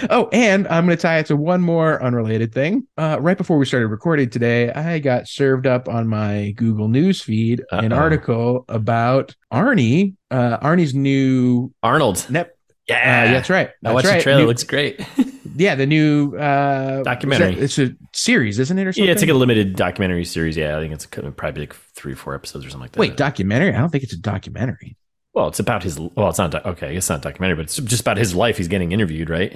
[SPEAKER 1] oh, and I'm going to tie it to one more unrelated thing. Uh, right before we started recording today, I got served up on my Google News feed an
[SPEAKER 2] Uh-oh.
[SPEAKER 1] article about Arnie, uh, Arnie's new.
[SPEAKER 2] Arnold.
[SPEAKER 1] Nep- uh,
[SPEAKER 2] Yeah,
[SPEAKER 1] yeah, that's right.
[SPEAKER 2] I
[SPEAKER 1] That's
[SPEAKER 2] watched
[SPEAKER 1] right.
[SPEAKER 2] Ah. the trailer.
[SPEAKER 1] New-
[SPEAKER 2] Looks great.
[SPEAKER 1] yeah, the new uh,
[SPEAKER 2] Documentary.
[SPEAKER 1] is that- it's a series, isn't it? Or something?
[SPEAKER 2] yeah, it's like a limited documentary series. Yeah, I think it's kind of probably like three, four episodes or something like that.
[SPEAKER 1] Wait, documentary? I don't think it's a documentary.
[SPEAKER 2] well, it's about his. Well, it's not. doc- Okay, I guess it's not a documentary, but it's just about his life. He's getting interviewed, right?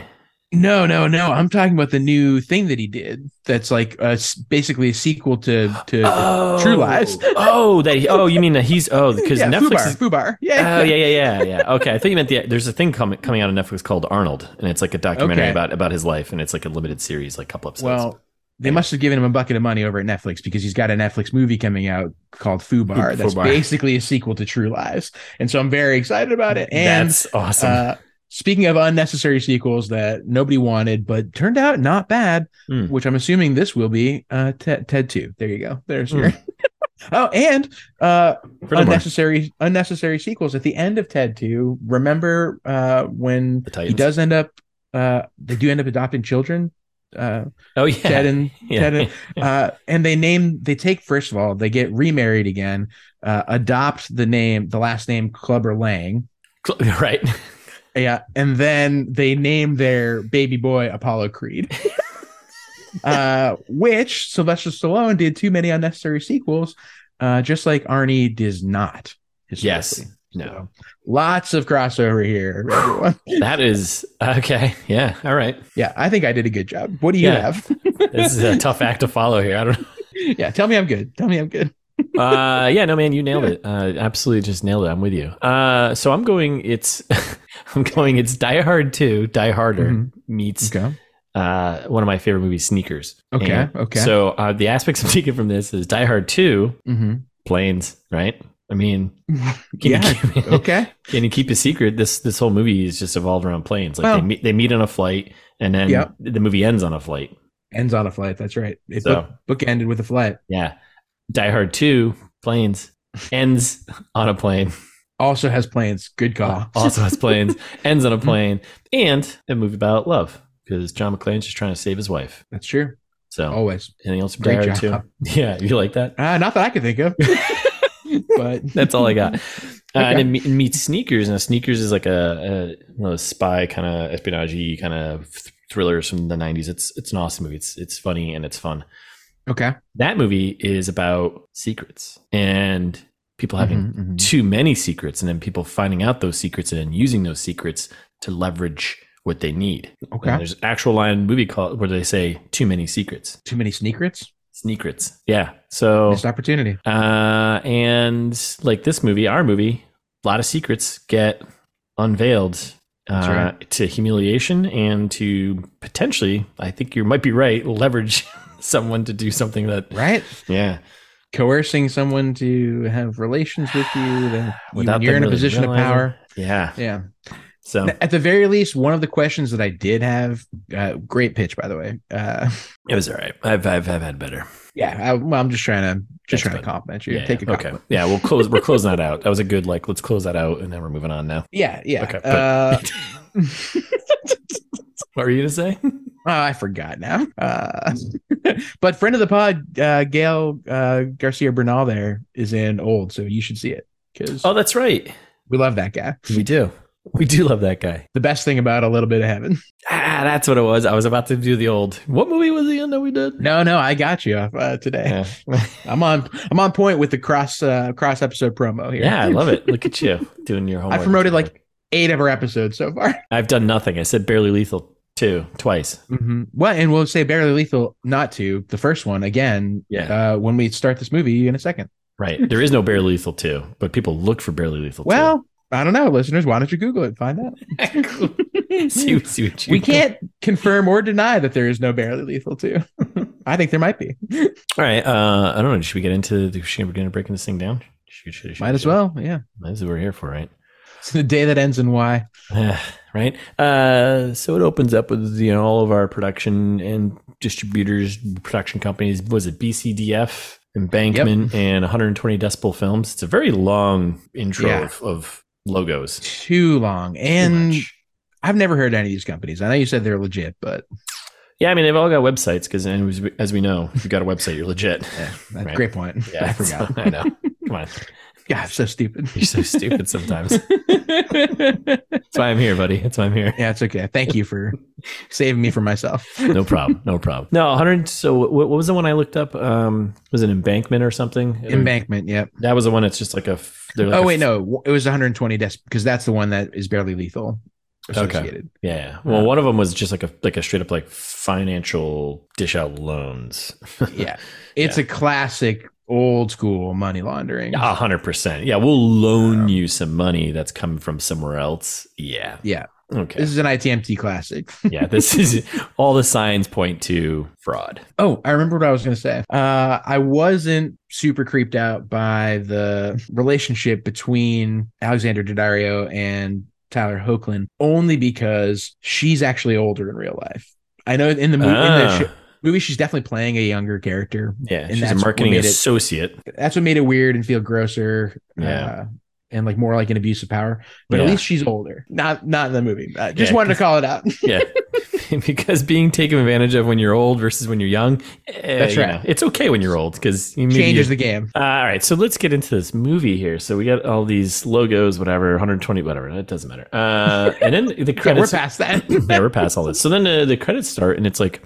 [SPEAKER 1] No, no, no. I'm talking about the new thing that he did. That's like uh, s- basically a sequel to to.
[SPEAKER 2] Oh,
[SPEAKER 1] True Lies.
[SPEAKER 2] Oh, that. He, oh, you mean that he's. Oh, because
[SPEAKER 1] yeah,
[SPEAKER 2] Netflix
[SPEAKER 1] Fubar,
[SPEAKER 2] is.
[SPEAKER 1] Fubar. Yeah,
[SPEAKER 2] Oh yeah, yeah, yeah, yeah. Okay, I thought you meant the. There's a thing coming coming out on Netflix called Arnold, and it's like a documentary
[SPEAKER 1] Okay.
[SPEAKER 2] about about his life, and it's like a limited series, like a couple episodes.
[SPEAKER 1] Well, they must have given him a bucket of money over at Netflix because he's got a Netflix movie coming out called Fubar. That's
[SPEAKER 2] Fubar.
[SPEAKER 1] basically a sequel to True Lies, and so I'm very excited about it. And
[SPEAKER 2] that's awesome.
[SPEAKER 1] uh, Speaking of unnecessary sequels that nobody wanted but turned out not bad,
[SPEAKER 2] Mm.
[SPEAKER 1] which I'm assuming this will be uh, Ted, Ted 2. There you go. There's your. oh, and uh,
[SPEAKER 2] Hmm. Furthermore,
[SPEAKER 1] unnecessary unnecessary sequels at the end of Ted 2. Remember uh, when
[SPEAKER 2] The
[SPEAKER 1] he
[SPEAKER 2] Titans.
[SPEAKER 1] does end up? Uh, they do end up adopting children. Uh,
[SPEAKER 2] oh yeah,
[SPEAKER 1] Ted and
[SPEAKER 2] yeah.
[SPEAKER 1] Ted and- uh, and they name they take first of all they get remarried again, uh, adopt the name the last name Clubber Lang,
[SPEAKER 2] Cl- right.
[SPEAKER 1] yeah, and then they name their baby boy Apollo Creed, uh, which Sylvester Stallone did too many unnecessary sequels, uh, just like Arnie does not.
[SPEAKER 2] Yes.
[SPEAKER 1] historically.
[SPEAKER 2] No.
[SPEAKER 1] So, lots of crossover here, everyone.
[SPEAKER 2] That is okay. Yeah. All right.
[SPEAKER 1] yeah, I think I did a good job. What do you
[SPEAKER 2] Yeah.
[SPEAKER 1] have?
[SPEAKER 2] This is a tough act to follow here. I don't.
[SPEAKER 1] yeah, tell me I'm good. Tell me I'm good.
[SPEAKER 2] uh yeah no man you nailed it uh absolutely just nailed it i'm with you uh so i'm going it's i'm going it's die hard 2 die harder
[SPEAKER 1] Mhm.
[SPEAKER 2] meets
[SPEAKER 1] Okay.
[SPEAKER 2] uh one of my favorite movies sneakers
[SPEAKER 1] Okay.
[SPEAKER 2] And
[SPEAKER 1] okay.
[SPEAKER 2] so uh the aspects i'm taking from this is die hard 2
[SPEAKER 1] hmm
[SPEAKER 2] planes right i mean can,
[SPEAKER 1] Yeah.
[SPEAKER 2] you keep,
[SPEAKER 1] Okay.
[SPEAKER 2] can you keep a secret this this whole movie is just evolved around planes like
[SPEAKER 1] Well-
[SPEAKER 2] they, meet, they meet on a flight and then
[SPEAKER 1] Yep.
[SPEAKER 2] the movie ends on a flight
[SPEAKER 1] Ends on a flight. That's right. It
[SPEAKER 2] so
[SPEAKER 1] book, bookended with a flight.
[SPEAKER 2] yeah die hard 2 planes ends on a plane
[SPEAKER 1] Also has planes. Good call.
[SPEAKER 2] Uh, also has planes, ends on a plane, and a movie about love because John McClane's just trying to save his wife.
[SPEAKER 1] That's true.
[SPEAKER 2] So
[SPEAKER 1] Always.
[SPEAKER 2] anything else? from
[SPEAKER 1] Oh, Great
[SPEAKER 2] Die Hard
[SPEAKER 1] job.
[SPEAKER 2] Two? Yeah, you like that?
[SPEAKER 1] Uh, not that I can think of. but
[SPEAKER 2] That's all I got. Uh,
[SPEAKER 1] Okay.
[SPEAKER 2] and then me- meet sneakers. Now sneakers is like a, a you know, spy kind of espionage kind of thrillers from the '90s. It's it's an awesome movie. It's it's funny and it's fun.
[SPEAKER 1] Okay.
[SPEAKER 2] That movie is about secrets and people having
[SPEAKER 1] Mhm, mhm.
[SPEAKER 2] too many secrets and then people finding out those secrets and then using those secrets to leverage what they need.
[SPEAKER 1] Okay.
[SPEAKER 2] And there's an actual line in the movie called where they say too many secrets.
[SPEAKER 1] Too many secrets.
[SPEAKER 2] Secrets. Yeah. So
[SPEAKER 1] Missed opportunity.
[SPEAKER 2] uh and like this movie, our movie, a lot of secrets get unveiled
[SPEAKER 1] That's
[SPEAKER 2] uh, to humiliation and to potentially, I think you might be right, leverage someone to do something that
[SPEAKER 1] Right?
[SPEAKER 2] yeah.
[SPEAKER 1] Coercing someone to have relations with you. Then you
[SPEAKER 2] Without
[SPEAKER 1] you're in
[SPEAKER 2] them
[SPEAKER 1] a
[SPEAKER 2] really
[SPEAKER 1] position of
[SPEAKER 2] realizing. Oh.
[SPEAKER 1] power.
[SPEAKER 2] Yeah.
[SPEAKER 1] Yeah.
[SPEAKER 2] So
[SPEAKER 1] At the very least, one of the questions that I did have, uh, great pitch, by the way. Uh,
[SPEAKER 2] it was all right. I've I've, I've had better.
[SPEAKER 1] yeah. I, well, I'm just trying to just
[SPEAKER 2] Thanks,
[SPEAKER 1] trying to
[SPEAKER 2] bud.
[SPEAKER 1] compliment you. Take a compliment.
[SPEAKER 2] okay. Yeah, we'll close. We're closing that out. That was a good like. Let's close that out, and then we're moving on now.
[SPEAKER 1] Yeah. Yeah.
[SPEAKER 2] Okay, but-
[SPEAKER 1] uh,
[SPEAKER 2] What were you gonna say?
[SPEAKER 1] Oh, I forgot now. Uh, but friend of the pod, uh, Gail uh, Garcia Bernal, there is in old, so you should see it because
[SPEAKER 2] Oh, that's right.
[SPEAKER 1] we love that guy.
[SPEAKER 2] We do. We do love that guy.
[SPEAKER 1] The best thing about a little bit of heaven.
[SPEAKER 2] Ah, that's what it was. I was about to do the old. What movie was he in that we did?
[SPEAKER 1] No, no, I got you uh, today.
[SPEAKER 2] Yeah.
[SPEAKER 1] I'm on. I'm on point with the cross uh, cross episode promo here.
[SPEAKER 2] yeah, I love it. Oh Look at you doing your homework.
[SPEAKER 1] I promoted like eight of our episodes so far.
[SPEAKER 2] I've done nothing. I said barely lethal two twice.
[SPEAKER 1] hmm Well, and we'll say barely lethal not to the first one again.
[SPEAKER 2] Yeah.
[SPEAKER 1] Uh, when we start this movie in a second.
[SPEAKER 2] Right. There is no barely lethal two, but people look for barely lethal.
[SPEAKER 1] Well, I don't know, listeners. Why don't you Google it? Find out.
[SPEAKER 2] two. see, see what you
[SPEAKER 1] we
[SPEAKER 2] do.
[SPEAKER 1] can't confirm or deny that there is no barely lethal too. I think there might be.
[SPEAKER 2] All right. Uh, I don't know. Should we get into? The, should we get into breaking this thing down? Should, should, should,
[SPEAKER 1] Might as
[SPEAKER 2] should-
[SPEAKER 1] well. Yeah.
[SPEAKER 2] That's what we're here for, right?
[SPEAKER 1] It's the day that ends in Y.
[SPEAKER 2] right. Uh, so it opens up with you know all of our production and distributors, production companies. Was it BCDF, Embankment, and 120 Decibel Films? It's a very long intro
[SPEAKER 1] Yeah.
[SPEAKER 2] of, of logos.
[SPEAKER 1] Too long. And
[SPEAKER 2] Too much.
[SPEAKER 1] I've never heard of any of these companies. I know you said they're legit, but
[SPEAKER 2] yeah, I mean they've all got websites because as, we- as we know, if you got a website, you're legit.
[SPEAKER 1] yeah, eh, that's
[SPEAKER 2] Right.
[SPEAKER 1] great point.
[SPEAKER 2] Yeah,
[SPEAKER 1] I forgot.
[SPEAKER 2] I know. Come on,
[SPEAKER 1] God, I'm so stupid.
[SPEAKER 2] you're so stupid sometimes. That's
[SPEAKER 1] yeah,
[SPEAKER 2] why I'm here, buddy. That's why I'm here.
[SPEAKER 1] it's okay. Thank you for saving me from myself.
[SPEAKER 2] No problem. No problem. No, 100. So what, what was the one I looked up? Um, was it Embankment or something?
[SPEAKER 1] Embankment. Yep.
[SPEAKER 2] That was the one that's just like a. f- they're like
[SPEAKER 1] oh
[SPEAKER 2] a
[SPEAKER 1] wait,
[SPEAKER 2] f-
[SPEAKER 1] no, it was 120 deaths because that's the one that is barely lethal.
[SPEAKER 2] Okay.
[SPEAKER 1] Associated.
[SPEAKER 2] Yeah. yeah.
[SPEAKER 1] Uh-huh.
[SPEAKER 2] Well, one of them was just like a like a straight up like financial dish out loans.
[SPEAKER 1] Yeah. It's
[SPEAKER 2] Yeah.
[SPEAKER 1] a classic old school money laundering.
[SPEAKER 2] A hundred percent. Yeah, we'll loan you some money that's coming from somewhere else. Yeah.
[SPEAKER 1] Yeah.
[SPEAKER 2] Okay.
[SPEAKER 1] This is an ITMT classic.
[SPEAKER 2] yeah. This is all the signs point to fraud.
[SPEAKER 1] Oh, I remember what I was going to say. Uh, I wasn't super creeped out by the relationship between Alexander Daddario and Tyler Hoechlin only because she's actually older in real life. I know in the movie, in the
[SPEAKER 2] Ah,
[SPEAKER 1] sh- movie she's definitely playing a younger character.
[SPEAKER 2] yeah,
[SPEAKER 1] and
[SPEAKER 2] she's a
[SPEAKER 1] that's what
[SPEAKER 2] marketing
[SPEAKER 1] made it-
[SPEAKER 2] associate.
[SPEAKER 1] That's what made it weird and feel grosser.
[SPEAKER 2] Yeah.
[SPEAKER 1] Uh, and like more like an abuse of power, but at
[SPEAKER 2] Yeah.
[SPEAKER 1] least she's older. Not not in the movie. Uh, just
[SPEAKER 2] Yeah,
[SPEAKER 1] wanted to call it out.
[SPEAKER 2] yeah, because being taken advantage of when you're old versus when you're young. eh,
[SPEAKER 1] That's
[SPEAKER 2] you
[SPEAKER 1] right.
[SPEAKER 2] know, it's okay when you're old because you maybe
[SPEAKER 1] Changes the game.
[SPEAKER 2] Uh, all right, so let's get into this movie here. So we got all these logos, whatever, 120, whatever. It doesn't matter. Uh, and then the
[SPEAKER 1] Yeah, we're
[SPEAKER 2] credits.
[SPEAKER 1] past that.
[SPEAKER 2] yeah, we're past all this. So then uh, the credits start, and it's like,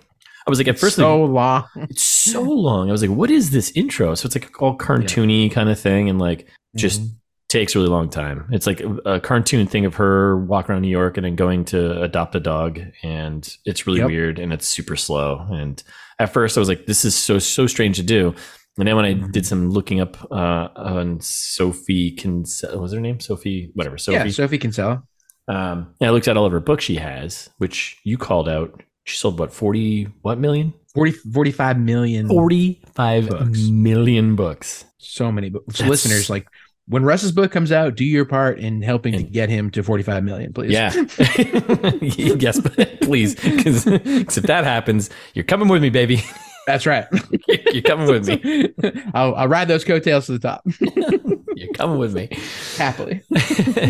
[SPEAKER 2] I was like, at first, like,
[SPEAKER 1] so long.
[SPEAKER 2] it's so long. I was like, what is this intro? So it's like all cartoony kind of thing, and like just
[SPEAKER 1] Mhm.
[SPEAKER 2] takes a really long time. It's like a, a cartoon thing of her walking around New York and then going to adopt a dog, and it's really
[SPEAKER 1] Yep.
[SPEAKER 2] weird and it's super slow. And at first, I was like, this is so so strange to do. And then when I
[SPEAKER 1] Mhm.
[SPEAKER 2] did some looking up uh, on Sophie, Kinse- what was her name Sophie? Whatever Sophie.
[SPEAKER 1] yeah, Sophie Kinsella.
[SPEAKER 2] Um, and I looked at all of her books she has, which you called out. She sold what forty what million?
[SPEAKER 1] 40, 45 million.
[SPEAKER 2] Forty five
[SPEAKER 1] Mm-hmm. Books.
[SPEAKER 2] million books.
[SPEAKER 1] So many books.
[SPEAKER 2] That's-
[SPEAKER 1] Listeners, like when Russ's book comes out, do your part in helping to
[SPEAKER 2] And-
[SPEAKER 1] get him to 45 million, please.
[SPEAKER 2] Yeah. yes, but please, because if that happens, you're coming with me, baby.
[SPEAKER 1] That's right.
[SPEAKER 2] you're coming with me.
[SPEAKER 1] I'll, I'll ride those coattails to the top
[SPEAKER 2] You're coming with me.
[SPEAKER 1] happily.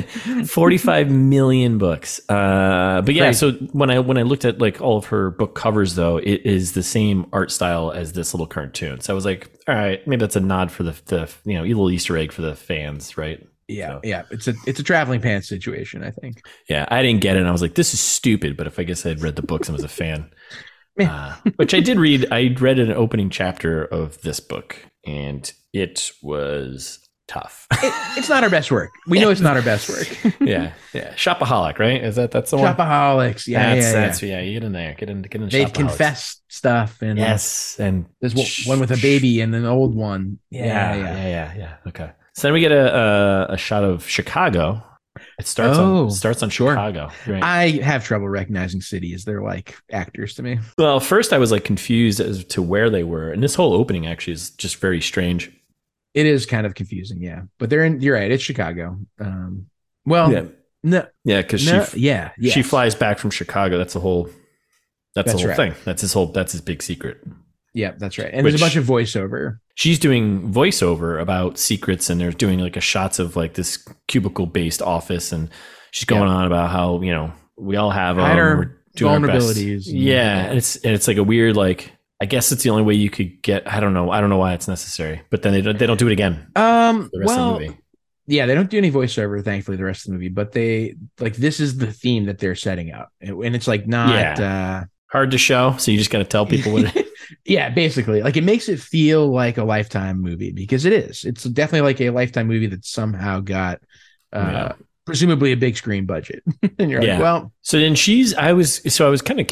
[SPEAKER 2] 45 million books uh but yeah
[SPEAKER 1] Crazy.
[SPEAKER 2] so when i when i looked at like all of her book covers though it is the same art style as this little cartoon so i was like all right maybe that's a nod for the the you know a little easter egg for the fans right
[SPEAKER 1] Yeah,
[SPEAKER 2] So-
[SPEAKER 1] yeah. It's a it's a traveling pants situation, I think.
[SPEAKER 2] yeah i didn't get it and i was like this is stupid but if i guess i'd read the books and was a fan
[SPEAKER 1] Man.
[SPEAKER 2] uh, which i did read i read an opening chapter of this book and it was tough
[SPEAKER 1] It, it's not our best work. We know it's not our best work.
[SPEAKER 2] yeah yeah shopaholic right is that that's the one
[SPEAKER 1] Shopaholics. Yeah,
[SPEAKER 2] that's,
[SPEAKER 1] yeah,
[SPEAKER 2] that's yeah. You get in there, get in, get in.
[SPEAKER 1] They've
[SPEAKER 2] Shopaholics.
[SPEAKER 1] confessed stuff and uh,
[SPEAKER 2] Yes, and
[SPEAKER 1] there's one- one with a baby and an old one.
[SPEAKER 2] Yeah yeah, yeah, yeah, Okay. So then we get a a, a shot of Chicago. It starts
[SPEAKER 1] Oh,
[SPEAKER 2] on starts on
[SPEAKER 1] sure.
[SPEAKER 2] Chicago. Right.
[SPEAKER 1] I have trouble recognizing cities. They're like actors to me.
[SPEAKER 2] well, first I was like confused as to where they were, and this whole opening actually is just very strange.
[SPEAKER 1] It is kind of confusing, yeah. But they're in. You're right. It's Chicago. Um, well,
[SPEAKER 2] yeah,
[SPEAKER 1] no,
[SPEAKER 2] yeah, because
[SPEAKER 1] no,
[SPEAKER 2] she
[SPEAKER 1] yeah, yeah.
[SPEAKER 2] she flies back from Chicago. That's the whole.
[SPEAKER 1] That's
[SPEAKER 2] That's, the whole
[SPEAKER 1] right.
[SPEAKER 2] thing. That's his whole. That's his big secret.
[SPEAKER 1] Yeah, that's right. And there's
[SPEAKER 2] Which-
[SPEAKER 1] a bunch of voiceover.
[SPEAKER 2] she's doing voiceover about secrets and they're doing like a shots of like this cubicle based office and she's going
[SPEAKER 1] Yeah.
[SPEAKER 2] on about how you know we all have
[SPEAKER 1] Hide our vulnerabilities
[SPEAKER 2] vulnerabilities
[SPEAKER 1] and-
[SPEAKER 2] yeah and it's and it's like a weird like i guess it's the only way you could get i don't know i don't know why it's necessary but then they don't, they don't do it again
[SPEAKER 1] Um,
[SPEAKER 2] the rest
[SPEAKER 1] well,
[SPEAKER 2] of the movie
[SPEAKER 1] yeah, they don't do any voiceover, thankfully, the rest of the movie. But they like this is the theme that they're setting up, and and it's like not. uh
[SPEAKER 2] hard to show so you just got to tell people what it,
[SPEAKER 1] Yeah, basically, like it makes it feel like a lifetime movie because it is. It's definitely like a lifetime movie that somehow got. uh
[SPEAKER 2] Yeah.
[SPEAKER 1] Presumably a big screen budget, and you're like,
[SPEAKER 2] Yeah.
[SPEAKER 1] well,
[SPEAKER 2] so then she's i was so i was kind of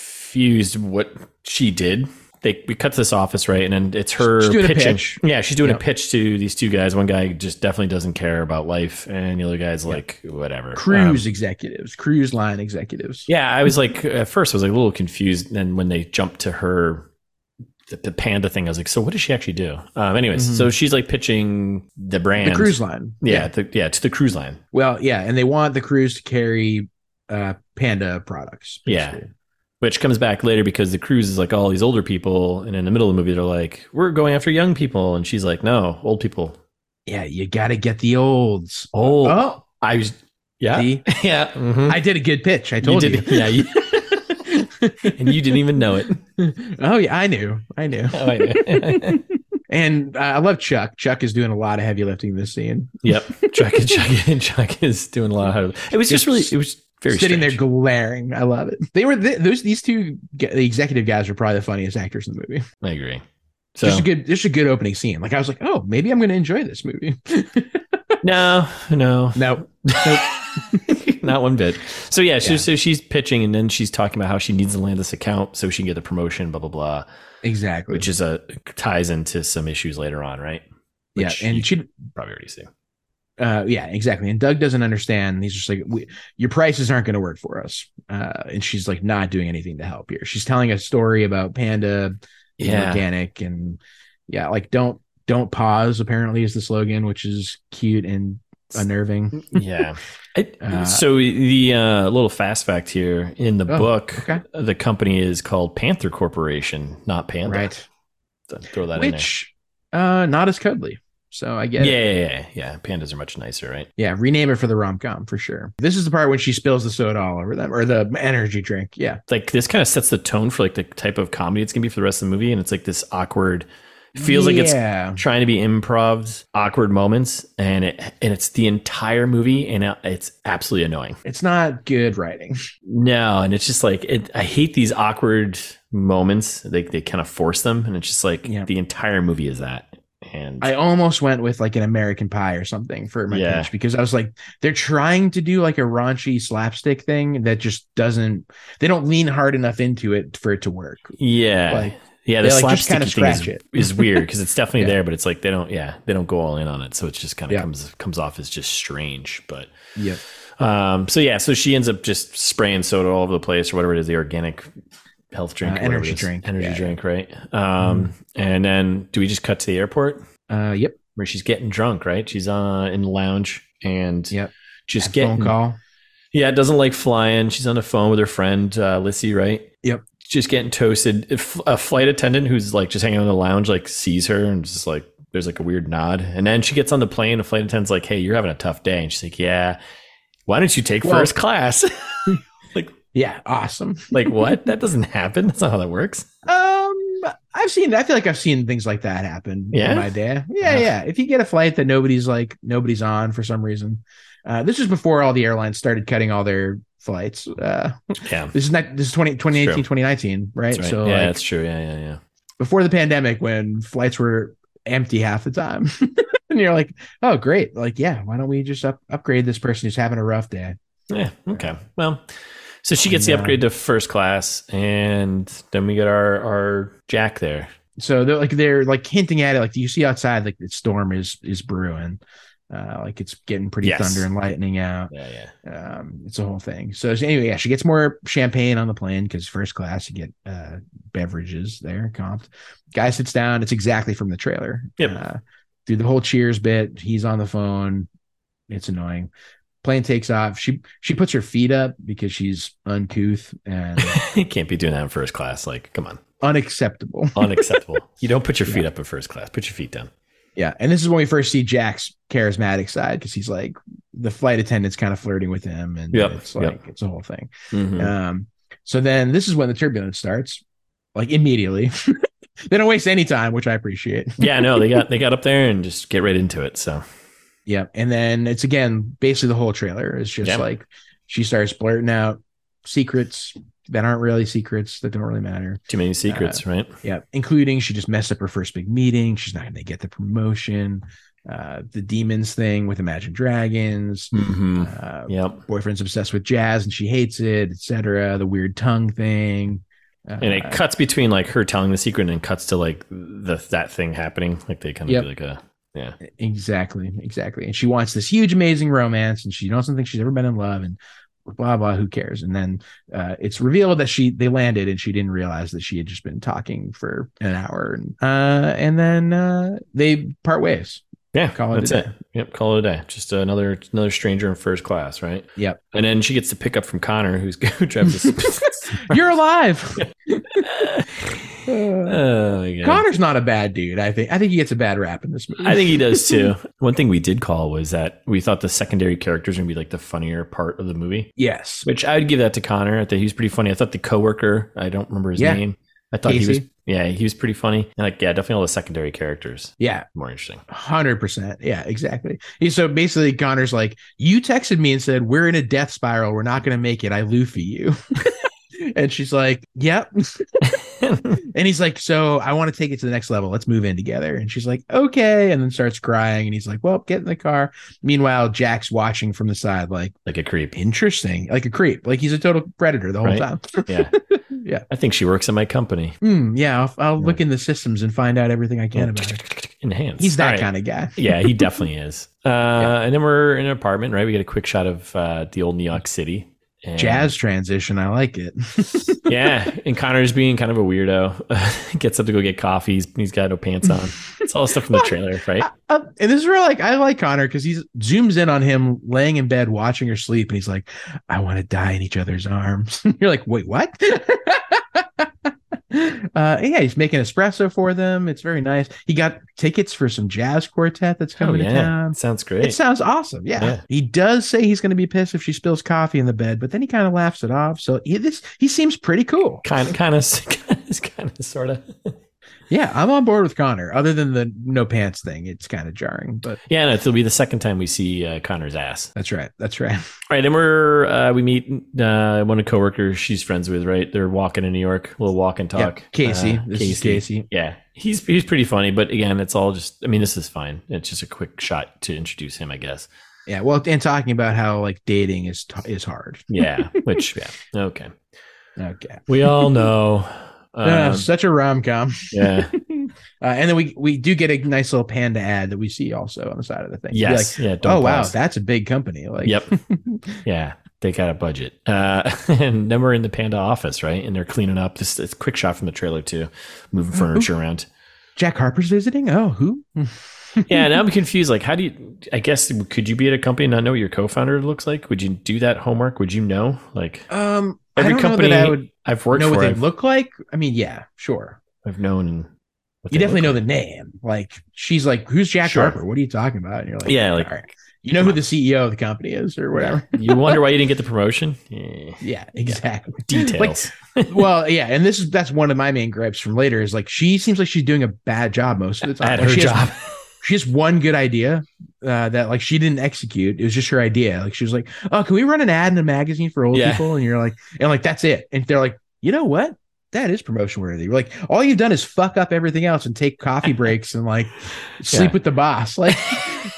[SPEAKER 2] confused what she did they we cut to this office right and then it's her
[SPEAKER 1] She's doing a
[SPEAKER 2] pitching
[SPEAKER 1] pitch.
[SPEAKER 2] yeah she's doing
[SPEAKER 1] Yep.
[SPEAKER 2] a pitch to these two guys one guy just definitely doesn't care about life and the other guy's like whatever Um,
[SPEAKER 1] cruise executives, cruise line executives.
[SPEAKER 2] yeah i was like at first i was like a little confused and then when they jumped to her the, the panda thing i was like so what does she actually do um anyways
[SPEAKER 1] Mhm.
[SPEAKER 2] so she's like pitching the brand
[SPEAKER 1] the cruise line.
[SPEAKER 2] yeah yeah. The, yeah to the cruise line
[SPEAKER 1] Well, yeah, and they want the crews to carry uh panda products.
[SPEAKER 2] Yeah. which comes back later because the cruise is like all these older people, and in the middle of the movie, they're like, "We're going after young people," and she's like, "No, old people."
[SPEAKER 1] Yeah, you got to get the olds.
[SPEAKER 2] Old.
[SPEAKER 1] Oh,
[SPEAKER 2] I was, yeah,
[SPEAKER 1] see?
[SPEAKER 2] yeah. mhm.
[SPEAKER 1] I did a good pitch. I told you.
[SPEAKER 2] did, yeah, you, and you didn't even know it.
[SPEAKER 1] oh yeah, I knew. I knew.
[SPEAKER 2] Oh, I know.
[SPEAKER 1] And uh, I love Chuck. Chuck is doing a lot of heavy lifting this scene.
[SPEAKER 2] yep, Chuck and Chuck and Chuck is doing a lot of. hard- It was just really, it was very
[SPEAKER 1] Sitting
[SPEAKER 2] strange.
[SPEAKER 1] there glaring. I love it. They were th- those these two g- the executive guys were probably the funniest actors in the movie.
[SPEAKER 2] I agree. So
[SPEAKER 1] Just a good just a good opening scene. Like I was like, "Oh, maybe I'm going to enjoy this movie."
[SPEAKER 2] no, no,
[SPEAKER 1] no.
[SPEAKER 2] Not one bit. So yeah, so,
[SPEAKER 1] Yeah.
[SPEAKER 2] so she's pitching, and then she's talking about how she needs to land this account so she can get the promotion. Blah blah blah.
[SPEAKER 1] Exactly.
[SPEAKER 2] which is a ties into some issues later on, right?
[SPEAKER 1] yeah,
[SPEAKER 2] which you
[SPEAKER 1] and she
[SPEAKER 2] Probably already see.
[SPEAKER 1] uh yeah exactly and doug doesn't understand he's just like we, your prices aren't going to work for us uh and she's like not doing anything to help here she's telling a story about panda being
[SPEAKER 2] Yeah.
[SPEAKER 1] organic and yeah like don't don't pause apparently is the slogan which is cute and unnerving.
[SPEAKER 2] yeah. It,
[SPEAKER 1] Uh,
[SPEAKER 2] so the uh, little fast fact here in the
[SPEAKER 1] Oh,
[SPEAKER 2] book,
[SPEAKER 1] okay.
[SPEAKER 2] the company is called Panther Corporation, not Panda.
[SPEAKER 1] Right.
[SPEAKER 2] Th- Throw that
[SPEAKER 1] Which uh not as cuddly. So I
[SPEAKER 2] in
[SPEAKER 1] get
[SPEAKER 2] there.
[SPEAKER 1] it.
[SPEAKER 2] Yeah, yeah, yeah, yeah. Pandas are much nicer, right?
[SPEAKER 1] Yeah, rename it for the rom com for sure. This is the part when she spills the soda all over them or the energy drink. Yeah.
[SPEAKER 2] Like this kind of sets the tone for like the type of comedy it's gonna be for the rest of the movie, and it's like this awkward. Feels like it's
[SPEAKER 1] yeah.
[SPEAKER 2] trying to be improv awkward moments and it and it's the entire movie and it- it's absolutely annoying
[SPEAKER 1] It's not good writing.
[SPEAKER 2] no and it's just like it, i hate these awkward moments they, they kind of force them and it's just like
[SPEAKER 1] Yeah.
[SPEAKER 2] the entire movie is that and
[SPEAKER 1] I almost went with like an American Pie or something for my
[SPEAKER 2] Yeah.
[SPEAKER 1] pitch because I was like, they're trying to do like a raunchy slapstick thing that just doesn't. They don't lean hard enough into it for it to work.
[SPEAKER 2] yeah
[SPEAKER 1] Like,
[SPEAKER 2] yeah the
[SPEAKER 1] they, like, just
[SPEAKER 2] slapstick
[SPEAKER 1] kinda
[SPEAKER 2] thing is,
[SPEAKER 1] scratch it.
[SPEAKER 2] is weird because it's definitely
[SPEAKER 1] Yeah.
[SPEAKER 2] there but it's like they don't yeah they don't go all in on it so it just kind of
[SPEAKER 1] Yeah.
[SPEAKER 2] comes comes off as just strange but
[SPEAKER 1] Yep.
[SPEAKER 2] um so yeah so she ends up just spraying soda all over the place or whatever it is the organic health drink
[SPEAKER 1] Uh,
[SPEAKER 2] whatever it
[SPEAKER 1] energy
[SPEAKER 2] is.
[SPEAKER 1] drink,
[SPEAKER 2] energy
[SPEAKER 1] yeah. Mm-hmm.
[SPEAKER 2] drink right um and then do we just cut to the airport
[SPEAKER 1] Uh, yep.
[SPEAKER 2] where she's getting drunk right she's uh in the lounge and
[SPEAKER 1] Yep.
[SPEAKER 2] just
[SPEAKER 1] That
[SPEAKER 2] getting
[SPEAKER 1] phone call.
[SPEAKER 2] yeah doesn't like flying she's on the phone with her friend uh lissy right
[SPEAKER 1] Yep.
[SPEAKER 2] just getting toasted if a flight attendant who's like just hanging out in the lounge like sees her and just like there's like a weird nod and then she gets on the plane the flight attendant's like hey you're having a tough day and she's like yeah why don't you take
[SPEAKER 1] Well-
[SPEAKER 2] first class
[SPEAKER 1] Yeah. Awesome.
[SPEAKER 2] like what that doesn't happen that's not how that works
[SPEAKER 1] Um, I've seen. I feel like I've seen things like that happen.
[SPEAKER 2] Yeah?
[SPEAKER 1] in my day. Yeah,
[SPEAKER 2] Uh.
[SPEAKER 1] yeah. If you get a flight that nobody's like nobody's on for some reason, uh, this is before all the airlines started cutting all their flights. Uh,
[SPEAKER 2] yeah
[SPEAKER 1] this is not. This is 20, 2018,
[SPEAKER 2] True.
[SPEAKER 1] 2019, right?
[SPEAKER 2] that's right.
[SPEAKER 1] So
[SPEAKER 2] yeah
[SPEAKER 1] like,
[SPEAKER 2] that's true yeah yeah yeah
[SPEAKER 1] before the pandemic, when flights were empty half the time, and you're like, oh great, like yeah, why don't we just up, upgrade this person who's having a rough day?
[SPEAKER 2] yeah uh, okay well so she gets the
[SPEAKER 1] Yeah.
[SPEAKER 2] upgrade to first class and then we get our our jack there
[SPEAKER 1] so they're like they're like hinting at it like you see outside like the storm is is brewing uh like it's getting pretty
[SPEAKER 2] Yes.
[SPEAKER 1] thunder and lightning out
[SPEAKER 2] yeah yeah
[SPEAKER 1] um it's a whole thing so she- anyway yeah she gets more champagne on the plane because first class you get uh beverages there comped guy sits down it's exactly from the trailer
[SPEAKER 2] Yep.
[SPEAKER 1] uh, through the whole cheers bit he's on the phone it's annoying plane takes off she she puts her feet up because she's uncouth and
[SPEAKER 2] you can't be doing that in first class. Like, come on,
[SPEAKER 1] unacceptable
[SPEAKER 2] unacceptable. you don't put your feet up in first class. Put your feet down.
[SPEAKER 1] Yeah, and this is when we first see Jack's charismatic side because he's like the flight attendant's kind of flirting with him, and
[SPEAKER 2] Yep,
[SPEAKER 1] it's like it's a whole thing.
[SPEAKER 2] Mhm.
[SPEAKER 1] Um, so then this is when the turbulence starts, like immediately. they don't waste any time, which I appreciate.
[SPEAKER 2] yeah, no, they got they got up there and just get right into it. So
[SPEAKER 1] Yep, and then it's again basically the whole trailer is just
[SPEAKER 2] Yep.
[SPEAKER 1] like she starts blurting out secrets that aren't really secrets that don't really matter.
[SPEAKER 2] too many secrets, right?
[SPEAKER 1] Yeah, including she just messed up her first big meeting. She's not going to get the promotion. Uh, the demons thing with Imagine Dragons.
[SPEAKER 2] Mm-hmm.
[SPEAKER 1] Uh,
[SPEAKER 2] Yep.
[SPEAKER 1] boyfriend's obsessed with jazz and she hates it, etc. The weird tongue thing. Uh,
[SPEAKER 2] And it cuts between like her telling the secret and then cuts to like the that thing happening. Like they kind of
[SPEAKER 1] Yep.
[SPEAKER 2] do like a yeah.
[SPEAKER 1] exactly, exactly. And she wants this huge, amazing romance, and she doesn't think she's ever been in love, and blah blah. Who cares? And then uh, it's revealed that she they landed, and she didn't realize that she had just been talking for an hour, and uh, and then uh, they part ways.
[SPEAKER 2] Yeah,
[SPEAKER 1] Call it a
[SPEAKER 2] that's it.
[SPEAKER 1] day.
[SPEAKER 2] Yep, call it a day. Just another another stranger in first class, right?
[SPEAKER 1] Yep.
[SPEAKER 2] And then she gets to pick up from Connor, who's who drives this.
[SPEAKER 1] You're alive.
[SPEAKER 2] oh my god.
[SPEAKER 1] Connor's not a bad dude. I think I think he gets a bad rap in this movie.
[SPEAKER 2] I think he does too. One thing we did call was that we thought the secondary characters were gonna be like the funnier part of the movie,
[SPEAKER 1] yes,
[SPEAKER 2] which I would give that to Connor. I thought he was pretty funny. I thought the coworker, I don't remember his
[SPEAKER 1] Yeah.
[SPEAKER 2] name. I thought he was,
[SPEAKER 1] Casey.
[SPEAKER 2] yeah, he was pretty funny. And like, yeah, definitely all the secondary characters
[SPEAKER 1] yeah.
[SPEAKER 2] more interesting.
[SPEAKER 1] Hundred percent. Yeah, exactly. He- So basically, Connor's like, "You texted me and said we're in a death spiral. We're not going to make it. I Luffy you." and she's like, "Yep." and he's like, "So I want to take it to the next level. Let's move in together." And she's like, "Okay." And then starts crying. And he's like, "Well, get in the car." Meanwhile, Jack's watching from the side, like,
[SPEAKER 2] like a creep.
[SPEAKER 1] "Interesting." Like a creep. Like he's a total predator the whole
[SPEAKER 2] Right.
[SPEAKER 1] time.
[SPEAKER 2] Yeah.
[SPEAKER 1] Yeah.
[SPEAKER 2] I think she works at my company.
[SPEAKER 1] Hmm, yeah, I'll, I'll
[SPEAKER 2] Yeah.
[SPEAKER 1] look in the systems and find out everything I can about. it.
[SPEAKER 2] Enhance.
[SPEAKER 1] He's that
[SPEAKER 2] All right.
[SPEAKER 1] kind of guy.
[SPEAKER 2] yeah, he definitely is. Uh,
[SPEAKER 1] Yeah.
[SPEAKER 2] And then we're in an apartment, right? We get a quick shot of uh, the old New York City. And-
[SPEAKER 1] Jazz transition. I like it.
[SPEAKER 2] yeah, and Connor's being kind of a weirdo. Gets up to go get coffee. He's, he's got no pants on. It's all stuff from the trailer, right?
[SPEAKER 1] I- I- and this is where like I like Connor because he zooms in on him laying in bed watching her sleep, and he's like, "I want to die in each other's arms." You're like, "Wait, what?" uh, yeah, he's making espresso for them. It's very nice. He got tickets for some jazz quartet that's
[SPEAKER 2] Oh
[SPEAKER 1] coming to
[SPEAKER 2] yeah,
[SPEAKER 1] town.
[SPEAKER 2] sounds great.
[SPEAKER 1] It sounds awesome. Yeah.
[SPEAKER 2] Yeah.
[SPEAKER 1] He does say he's going to be pissed if she spills coffee in the bed, but then he kind of laughs it off. So he, this he seems pretty cool.
[SPEAKER 2] Kind of, kind of, kind of, sort of.
[SPEAKER 1] Yeah, I'm on board with Connor. Other than the no pants thing, it's kind of jarring, but
[SPEAKER 2] Yeah, no, it'll be the second time we see uh, Connor's ass.
[SPEAKER 1] that's right. That's right.
[SPEAKER 2] All right, and we're uh, we meet uh, one of the coworkers she's friends with. Right, they're walking in New York. We'll walk and talk.
[SPEAKER 1] Yeah, Casey.
[SPEAKER 2] Uh,
[SPEAKER 1] this Casey. is Casey.
[SPEAKER 2] Yeah, he's he's pretty funny, but again, it's all just. I mean, this is fine. It's just a quick shot to introduce him, I guess.
[SPEAKER 1] Yeah. Well, and talking about how like dating is t- is hard.
[SPEAKER 2] Yeah, which yeah, okay.
[SPEAKER 1] Okay.
[SPEAKER 2] We all know.
[SPEAKER 1] No, no,
[SPEAKER 2] Um,
[SPEAKER 1] Uh, such a rom com.
[SPEAKER 2] yeah.
[SPEAKER 1] Uh, and then we we do get a nice little panda ad that we see also on the side of the thing. Be
[SPEAKER 2] Yes. yeah.
[SPEAKER 1] Like,
[SPEAKER 2] Don't
[SPEAKER 1] oh wow,
[SPEAKER 2] pause.
[SPEAKER 1] that's a big company. Like
[SPEAKER 2] Yep. Yeah, they got a budget. Uh, and then we're in the Panda office, right? And they're cleaning up. This it's a quick shot from the trailer too, moving furniture around.
[SPEAKER 1] Jack Harper's visiting. Oh, who?
[SPEAKER 2] Yeah, now I'm confused. Like, how do you? I guess could you be at a company and not know what your co-founder looks like? Would you do that homework? Would you know? Like,
[SPEAKER 1] Um, I
[SPEAKER 2] Every
[SPEAKER 1] don't know
[SPEAKER 2] company
[SPEAKER 1] that I would
[SPEAKER 2] I've worked
[SPEAKER 1] know
[SPEAKER 2] for.
[SPEAKER 1] what they
[SPEAKER 2] I've,
[SPEAKER 1] look like. I mean, yeah, sure.
[SPEAKER 2] I've known. What
[SPEAKER 1] You
[SPEAKER 2] they
[SPEAKER 1] definitely know
[SPEAKER 2] look
[SPEAKER 1] the name. Like she's like, who's Jack
[SPEAKER 2] Sure.
[SPEAKER 1] Harper? What are you talking about? And you're like,
[SPEAKER 2] Yeah, like-
[SPEAKER 1] "All right." you know who the CEO of the company is or whatever.
[SPEAKER 2] like. you wonder why you didn't get the promotion? Eh,
[SPEAKER 1] Yeah, exactly. Like,
[SPEAKER 2] details.
[SPEAKER 1] well, yeah, and this is that's one of my main gripes from later is like she seems like she's doing a bad job most of the time.
[SPEAKER 2] at
[SPEAKER 1] Like,
[SPEAKER 2] her
[SPEAKER 1] she has-
[SPEAKER 2] job.
[SPEAKER 1] she has one good idea uh, that like she didn't execute. It was just her idea. Like she was like, "Oh, can we run an ad in a magazine for old
[SPEAKER 2] Yeah.
[SPEAKER 1] people?" And you're like, and like that's it. And they're like, you know what? That is promotion worthy. Like all you've done is fuck up everything else and take coffee breaks and like sleep
[SPEAKER 2] Yeah.
[SPEAKER 1] with the boss. Like,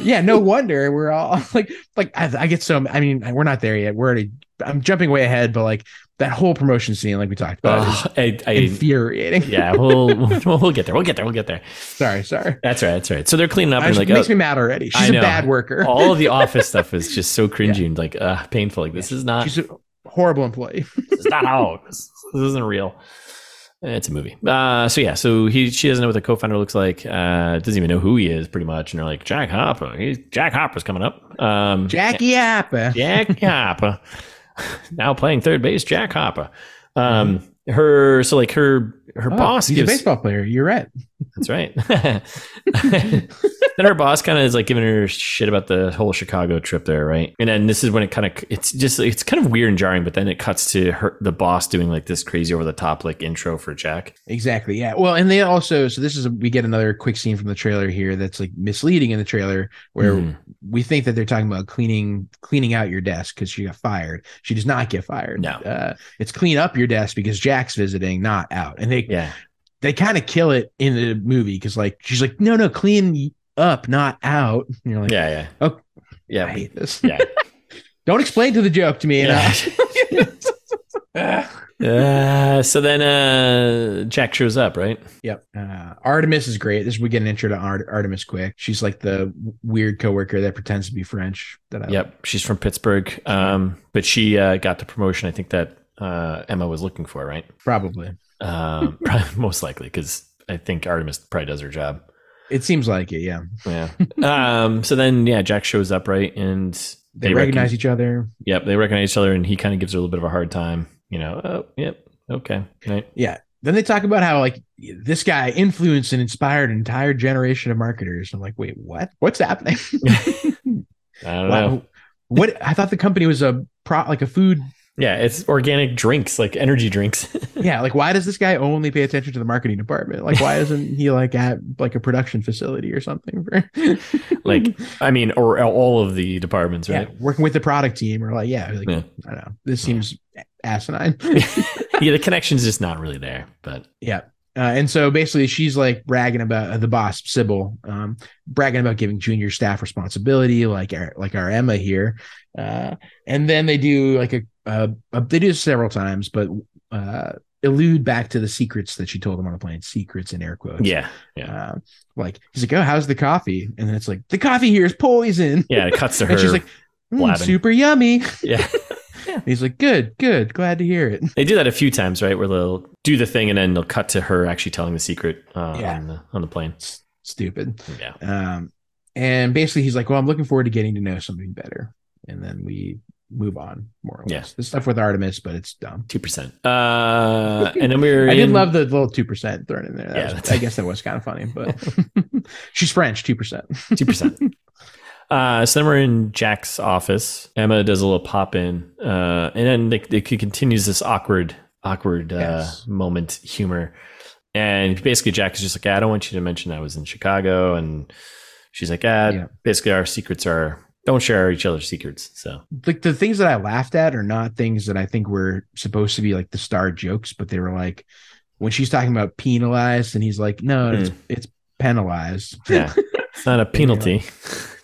[SPEAKER 1] yeah, no wonder we're all like, like I, I get so. I mean, we're not there yet. We're already. I'm jumping way ahead, but like that whole promotion scene, like we talked about, is
[SPEAKER 2] Ugh, I, I,
[SPEAKER 1] infuriating.
[SPEAKER 2] yeah, we'll, we'll we'll get there. We'll get there. We'll get there.
[SPEAKER 1] Sorry, sorry.
[SPEAKER 2] That's right. That's right. So they're cleaning up
[SPEAKER 1] I
[SPEAKER 2] and
[SPEAKER 1] was-
[SPEAKER 2] like,
[SPEAKER 1] makes
[SPEAKER 2] oh,
[SPEAKER 1] me mad already.
[SPEAKER 2] I
[SPEAKER 1] She's a
[SPEAKER 2] know.
[SPEAKER 1] bad worker.
[SPEAKER 2] all of the office stuff is just so cringy and like uh painful like this is not
[SPEAKER 1] She's a horrible employee.
[SPEAKER 2] this is not how this, this isn't real Uh, it's a movie uh so yeah so he she doesn't know what the co-founder looks like uh doesn't even know who he is pretty much and they're like jack hopper he's jack hopper's coming up um
[SPEAKER 1] Jackie Appa.
[SPEAKER 2] jack hopper now playing third base jack hopper um her so like her her
[SPEAKER 1] Mm-hmm. Oh,
[SPEAKER 2] boss
[SPEAKER 1] He's
[SPEAKER 2] gives
[SPEAKER 1] a baseball player. You're right.
[SPEAKER 2] That's right. then her boss kind of is like giving her shit about the whole Chicago trip there, right? And then this is when it kind of it's just it's kind of weird and jarring, but then it cuts to her the boss doing like this crazy over the top like intro for Jack.
[SPEAKER 1] Exactly. Yeah. Well, and they also so this is a, we get another quick scene from the trailer here that's like misleading in the trailer where
[SPEAKER 2] Mhm.
[SPEAKER 1] we think that they're talking about cleaning cleaning out your desk because she got fired. She does not get fired.
[SPEAKER 2] No.
[SPEAKER 1] Uh, it's clean up your desk because Jack's visiting, not out. And they
[SPEAKER 2] yeah,
[SPEAKER 1] they kind of kill it in the movie because like she's like no no clean up not out. And you're like
[SPEAKER 2] yeah, yeah,
[SPEAKER 1] Oh. I
[SPEAKER 2] yeah,
[SPEAKER 1] hate this.
[SPEAKER 2] yeah.
[SPEAKER 1] Don't explain to the joke to me. and
[SPEAKER 2] yeah.
[SPEAKER 1] I'll-
[SPEAKER 2] Uh, so then uh, Jack shows up, right?
[SPEAKER 1] Yep. Uh, Artemis is great. This we get an intro to Ar- Artemis quick. She's like the w- weird coworker that pretends to be French. That I
[SPEAKER 2] Yep, she's from Pittsburgh, um, but she uh, got the promotion. I think that uh, Emma was looking for, right?
[SPEAKER 1] probably.
[SPEAKER 2] Um, probably, most likely because I think Artemis probably does her job.
[SPEAKER 1] It seems like it. Yeah.
[SPEAKER 2] Yeah. um. So then, yeah, Jack shows up, right? And
[SPEAKER 1] They,
[SPEAKER 2] They
[SPEAKER 1] recognize
[SPEAKER 2] recogn-
[SPEAKER 1] each other.
[SPEAKER 2] yep, they recognize each other, and he kind of gives her a little bit of a hard time. You know. Oh, yep. Okay. Right.
[SPEAKER 1] Then they talk about how like this guy influenced and inspired an entire generation of marketers. I'm like, wait, what? What's happening?
[SPEAKER 2] I don't know.
[SPEAKER 1] Wow. What I thought the company was a pro like a food.
[SPEAKER 2] Yeah, it's organic drinks, like energy drinks.
[SPEAKER 1] Yeah. Like, why does this guy only pay attention to the marketing department? Like, why isn't he like at like a production facility or something?
[SPEAKER 2] like, I mean, or all of the departments, right?
[SPEAKER 1] yeah, working with the product team or like, yeah, like,
[SPEAKER 2] Yeah.
[SPEAKER 1] I don't know. This seems asinine.
[SPEAKER 2] Yeah. the connection's just not really there. But
[SPEAKER 1] Uh, and so basically, she's like bragging about uh, the boss, Sybil, um, bragging about giving junior staff responsibility, like our, like our Emma here. Uh, and then they do like a, a, a they do this several times, but uh, allude back to the secrets that she told them on the plane, secrets in air quotes.
[SPEAKER 2] yeah,
[SPEAKER 1] Uh, like he's like, oh, how's the coffee? And then it's like, the coffee here is poison.
[SPEAKER 2] yeah, it cuts to her.
[SPEAKER 1] And she's like, "Mm,
[SPEAKER 2] blabbing.
[SPEAKER 1] super yummy.
[SPEAKER 2] yeah.
[SPEAKER 1] And he's like, good, good, glad to hear it.
[SPEAKER 2] They do that a few times, right? Where they'll do the thing and then they'll cut to her actually telling the secret uh,
[SPEAKER 1] Yeah.
[SPEAKER 2] on, the, on the plane.
[SPEAKER 1] It's stupid.
[SPEAKER 2] Yeah.
[SPEAKER 1] Um, and basically, he's like, well, I'm looking forward to getting to know something better. And then we move on more or
[SPEAKER 2] Yeah.
[SPEAKER 1] less. This stuff with Artemis, but it's dumb.
[SPEAKER 2] 2%. Uh, and then we were
[SPEAKER 1] I
[SPEAKER 2] in,
[SPEAKER 1] did love the little two percent thrown in there. That
[SPEAKER 2] Yeah,
[SPEAKER 1] was-
[SPEAKER 2] that's-
[SPEAKER 1] I guess that was kind of funny, but she's French, two percent.
[SPEAKER 2] Two percent. Uh, so then we're in Jack's office. Emma does a little pop in, uh, and then it, it continues this awkward, awkward
[SPEAKER 1] Yes.
[SPEAKER 2] uh, moment humor. And basically, Jack is just like, "I don't want you to mention I was in Chicago." And she's like, "Ah,
[SPEAKER 1] Yeah.
[SPEAKER 2] basically, our secrets are don't share each other's secrets." So
[SPEAKER 1] Like the things that I laughed at are not things that I think were supposed to be like the star jokes, but they were like when she's talking about penalized, and he's like, "No, it's it's penalized."
[SPEAKER 2] Hmm. yeah, it's not a penalty.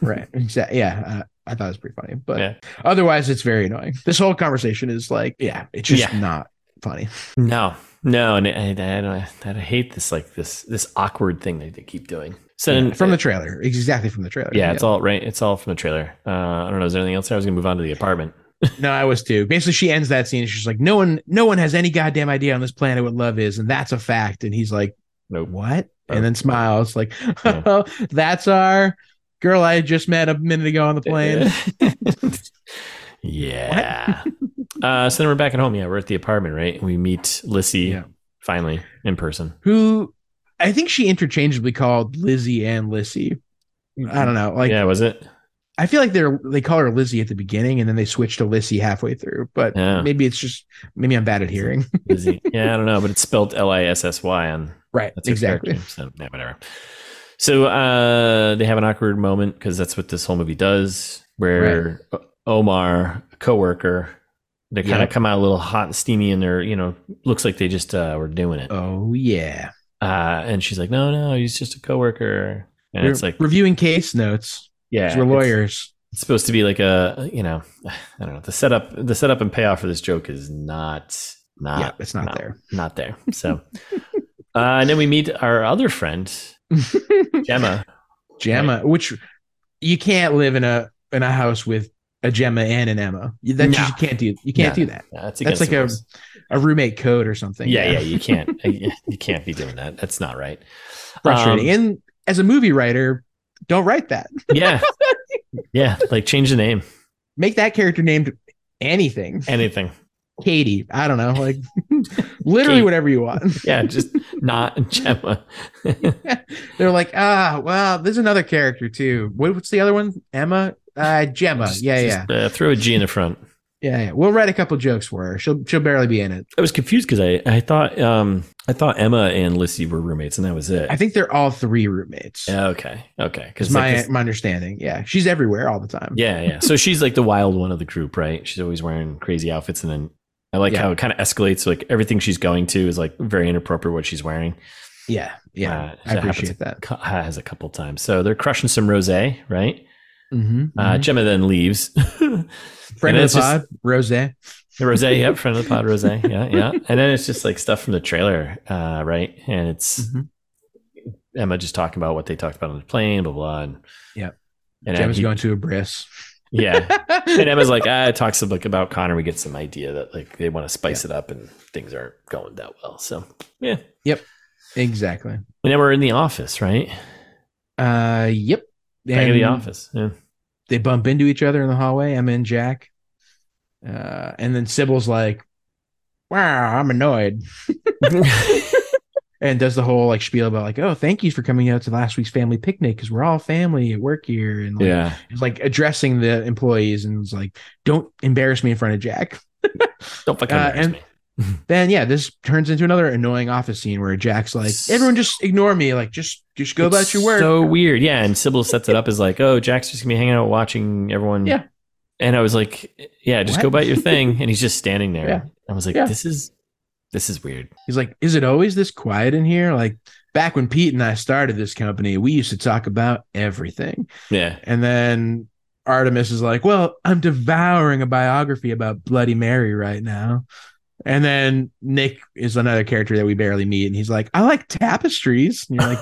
[SPEAKER 1] right. Exactly. Yeah. Uh, I thought it was pretty funny, but
[SPEAKER 2] Yeah.
[SPEAKER 1] otherwise, it's very annoying. This whole conversation is like, yeah, it's just
[SPEAKER 2] Yeah.
[SPEAKER 1] not funny.
[SPEAKER 2] No, no, and I, I, I, don't- I hate this like this this awkward thing that they keep doing. So then,
[SPEAKER 1] from the trailer, exactly from the trailer.
[SPEAKER 2] yeah, it's all right. It's all from the trailer. Uh, I don't know. Is there anything else? there? I was gonna move on to the apartment.
[SPEAKER 1] No, I was too. Basically, she ends that scene. And she's like, "No one, no one has any goddamn idea on this planet what love is, and that's a fact." And he's like,
[SPEAKER 2] Nope.
[SPEAKER 1] "What?" And then smiles, like,
[SPEAKER 2] Oh. Yeah.
[SPEAKER 1] "Oh, that's our girl I just met a minute ago on the plane."
[SPEAKER 2] yeah. uh, so then we're back at home. Yeah, we're at the apartment, right? We meet Lissy
[SPEAKER 1] Yeah.
[SPEAKER 2] finally in person.
[SPEAKER 1] Who, I think she interchangeably called Lizzie and Lissy. I don't know. Like,
[SPEAKER 2] Mm-hmm. yeah, was it?
[SPEAKER 1] I feel like they're they call her Lizzie at the beginning, and then they switch to Lissy halfway through. But
[SPEAKER 2] Yeah.
[SPEAKER 1] maybe it's just maybe I'm bad at hearing.
[SPEAKER 2] Lizzie. yeah, I don't know, but it's spelled L I S S Y on
[SPEAKER 1] right.
[SPEAKER 2] That's her
[SPEAKER 1] Exactly.
[SPEAKER 2] character, So yeah, whatever. So uh, they have an awkward moment because that's what this whole movie does, where O- Omar, a coworker, they kind of
[SPEAKER 1] Yep.
[SPEAKER 2] come out a little hot and steamy, and they're you know looks like they just uh, were doing it.
[SPEAKER 1] Oh yeah.
[SPEAKER 2] Uh, and she's like, "No, no, he's just a coworker." And
[SPEAKER 1] We're
[SPEAKER 2] it's like,
[SPEAKER 1] reviewing case notes.
[SPEAKER 2] "Yeah,
[SPEAKER 1] we're
[SPEAKER 2] it's-
[SPEAKER 1] lawyers.
[SPEAKER 2] It's supposed to be like a you know, I don't know. The setup, the setup and payoff for this joke is not not
[SPEAKER 1] yeah, it's not
[SPEAKER 2] no.
[SPEAKER 1] there.
[SPEAKER 2] not there. So, uh, and then we meet our other friend, Gemma.
[SPEAKER 1] Gemma, which you can't live in a in a house with a Gemma and an Emma. That
[SPEAKER 2] No.
[SPEAKER 1] you can't do. You can't
[SPEAKER 2] No.
[SPEAKER 1] do that.
[SPEAKER 2] Yeah,
[SPEAKER 1] That's
[SPEAKER 2] that's against
[SPEAKER 1] like
[SPEAKER 2] the
[SPEAKER 1] a-
[SPEAKER 2] rules.
[SPEAKER 1] A roommate code or something.
[SPEAKER 2] yeah, yeah. You can't, you can't be doing that. That's not right.
[SPEAKER 1] Frustrating.
[SPEAKER 2] Um,
[SPEAKER 1] and as a movie writer, don't write that.
[SPEAKER 2] yeah, yeah. Like change the name,
[SPEAKER 1] Make that character named anything.
[SPEAKER 2] anything.
[SPEAKER 1] Katie. I don't know. Like literally
[SPEAKER 2] Kate.
[SPEAKER 1] whatever you want.
[SPEAKER 2] Yeah, just not Gemma.
[SPEAKER 1] They're like, ah, well, there's another character too. What, what's the other one? Emma. Uh, Gemma.
[SPEAKER 2] Just-
[SPEAKER 1] yeah, yeah,
[SPEAKER 2] just, Uh, throw a G in the front.
[SPEAKER 1] yeah, yeah. We'll write a couple jokes for her. She'll she'll barely be in it.
[SPEAKER 2] I was confused because I, I thought um I thought Emma and Lissy were roommates and that was it.
[SPEAKER 1] I think they're all three roommates.
[SPEAKER 2] Yeah, okay, okay.
[SPEAKER 1] Is
[SPEAKER 2] Because
[SPEAKER 1] my my understanding. Yeah, she's everywhere all the time.
[SPEAKER 2] yeah, yeah. So she's like the wild one of the group, right? She's always wearing crazy outfits, and then I like
[SPEAKER 1] Yeah.
[SPEAKER 2] how it kind of escalates. Like everything she's going to is like very inappropriate what she's wearing.
[SPEAKER 1] yeah, yeah.
[SPEAKER 2] Uh,
[SPEAKER 1] I
[SPEAKER 2] that happens
[SPEAKER 1] appreciate that.
[SPEAKER 2] cu- has a couple times. So they're crushing some rosé, right?
[SPEAKER 1] Mm-hmm.
[SPEAKER 2] Uh, Gemma then leaves. the
[SPEAKER 1] Friend of
[SPEAKER 2] and it's Mm-hmm.
[SPEAKER 1] the pod, Rose.
[SPEAKER 2] rosé, yep, friend of the pod, rosé, yeah, yeah. And then it's just like stuff from the trailer, uh, right? And it's
[SPEAKER 1] Mhm. Mm-hmm.
[SPEAKER 2] Emma just talking about what they talked about on the plane, blah blah. And,
[SPEAKER 1] Yep.
[SPEAKER 2] and
[SPEAKER 1] Gemma's
[SPEAKER 2] he-
[SPEAKER 1] going to a bris.
[SPEAKER 2] Yeah, and Emma's like, ah, it talks like about Connor. We get some idea that like they want to spice it up, and things aren't going that well. So yeah,
[SPEAKER 1] exactly.
[SPEAKER 2] and then we're in the office, right?
[SPEAKER 1] Uh, yep.
[SPEAKER 2] Back in
[SPEAKER 1] And
[SPEAKER 2] the office. Yeah.
[SPEAKER 1] They bump into each other in the hallway. Emma and Jack. Uh, and then Sybil's like, "Wow, I'm annoyed," and does the whole like spiel about like, "Oh, thank you for coming out to last week's family picnic because we're all family at work here," and like,
[SPEAKER 2] yeah,
[SPEAKER 1] is, like addressing the employees and was like, "Don't embarrass me in front of Jack."
[SPEAKER 2] don't fucking
[SPEAKER 1] Uh,
[SPEAKER 2] embarrass
[SPEAKER 1] and-
[SPEAKER 2] me.
[SPEAKER 1] Then yeah, this turns into another annoying office scene where Jack's like, "Everyone just ignore me, like just just go
[SPEAKER 2] It's
[SPEAKER 1] about your work."
[SPEAKER 2] So weird. Yeah. And Sybil sets it up as like, oh, Jack's just gonna be hanging out watching everyone.
[SPEAKER 1] Yeah.
[SPEAKER 2] And I was like, yeah, just
[SPEAKER 1] What?
[SPEAKER 2] go about your thing. And he's just standing there.
[SPEAKER 1] Yeah.
[SPEAKER 2] I was like,
[SPEAKER 1] Yeah.
[SPEAKER 2] this is this is weird.
[SPEAKER 1] He's like, "Is it always this quiet in here?" Like back when Pete and I started this company, we used to talk about everything.
[SPEAKER 2] Yeah.
[SPEAKER 1] And then Artemis is like, "Well, I'm devouring a biography about Bloody Mary right now." And then Nick is another character that we barely meet, and he's like, "I like tapestries." And you're like,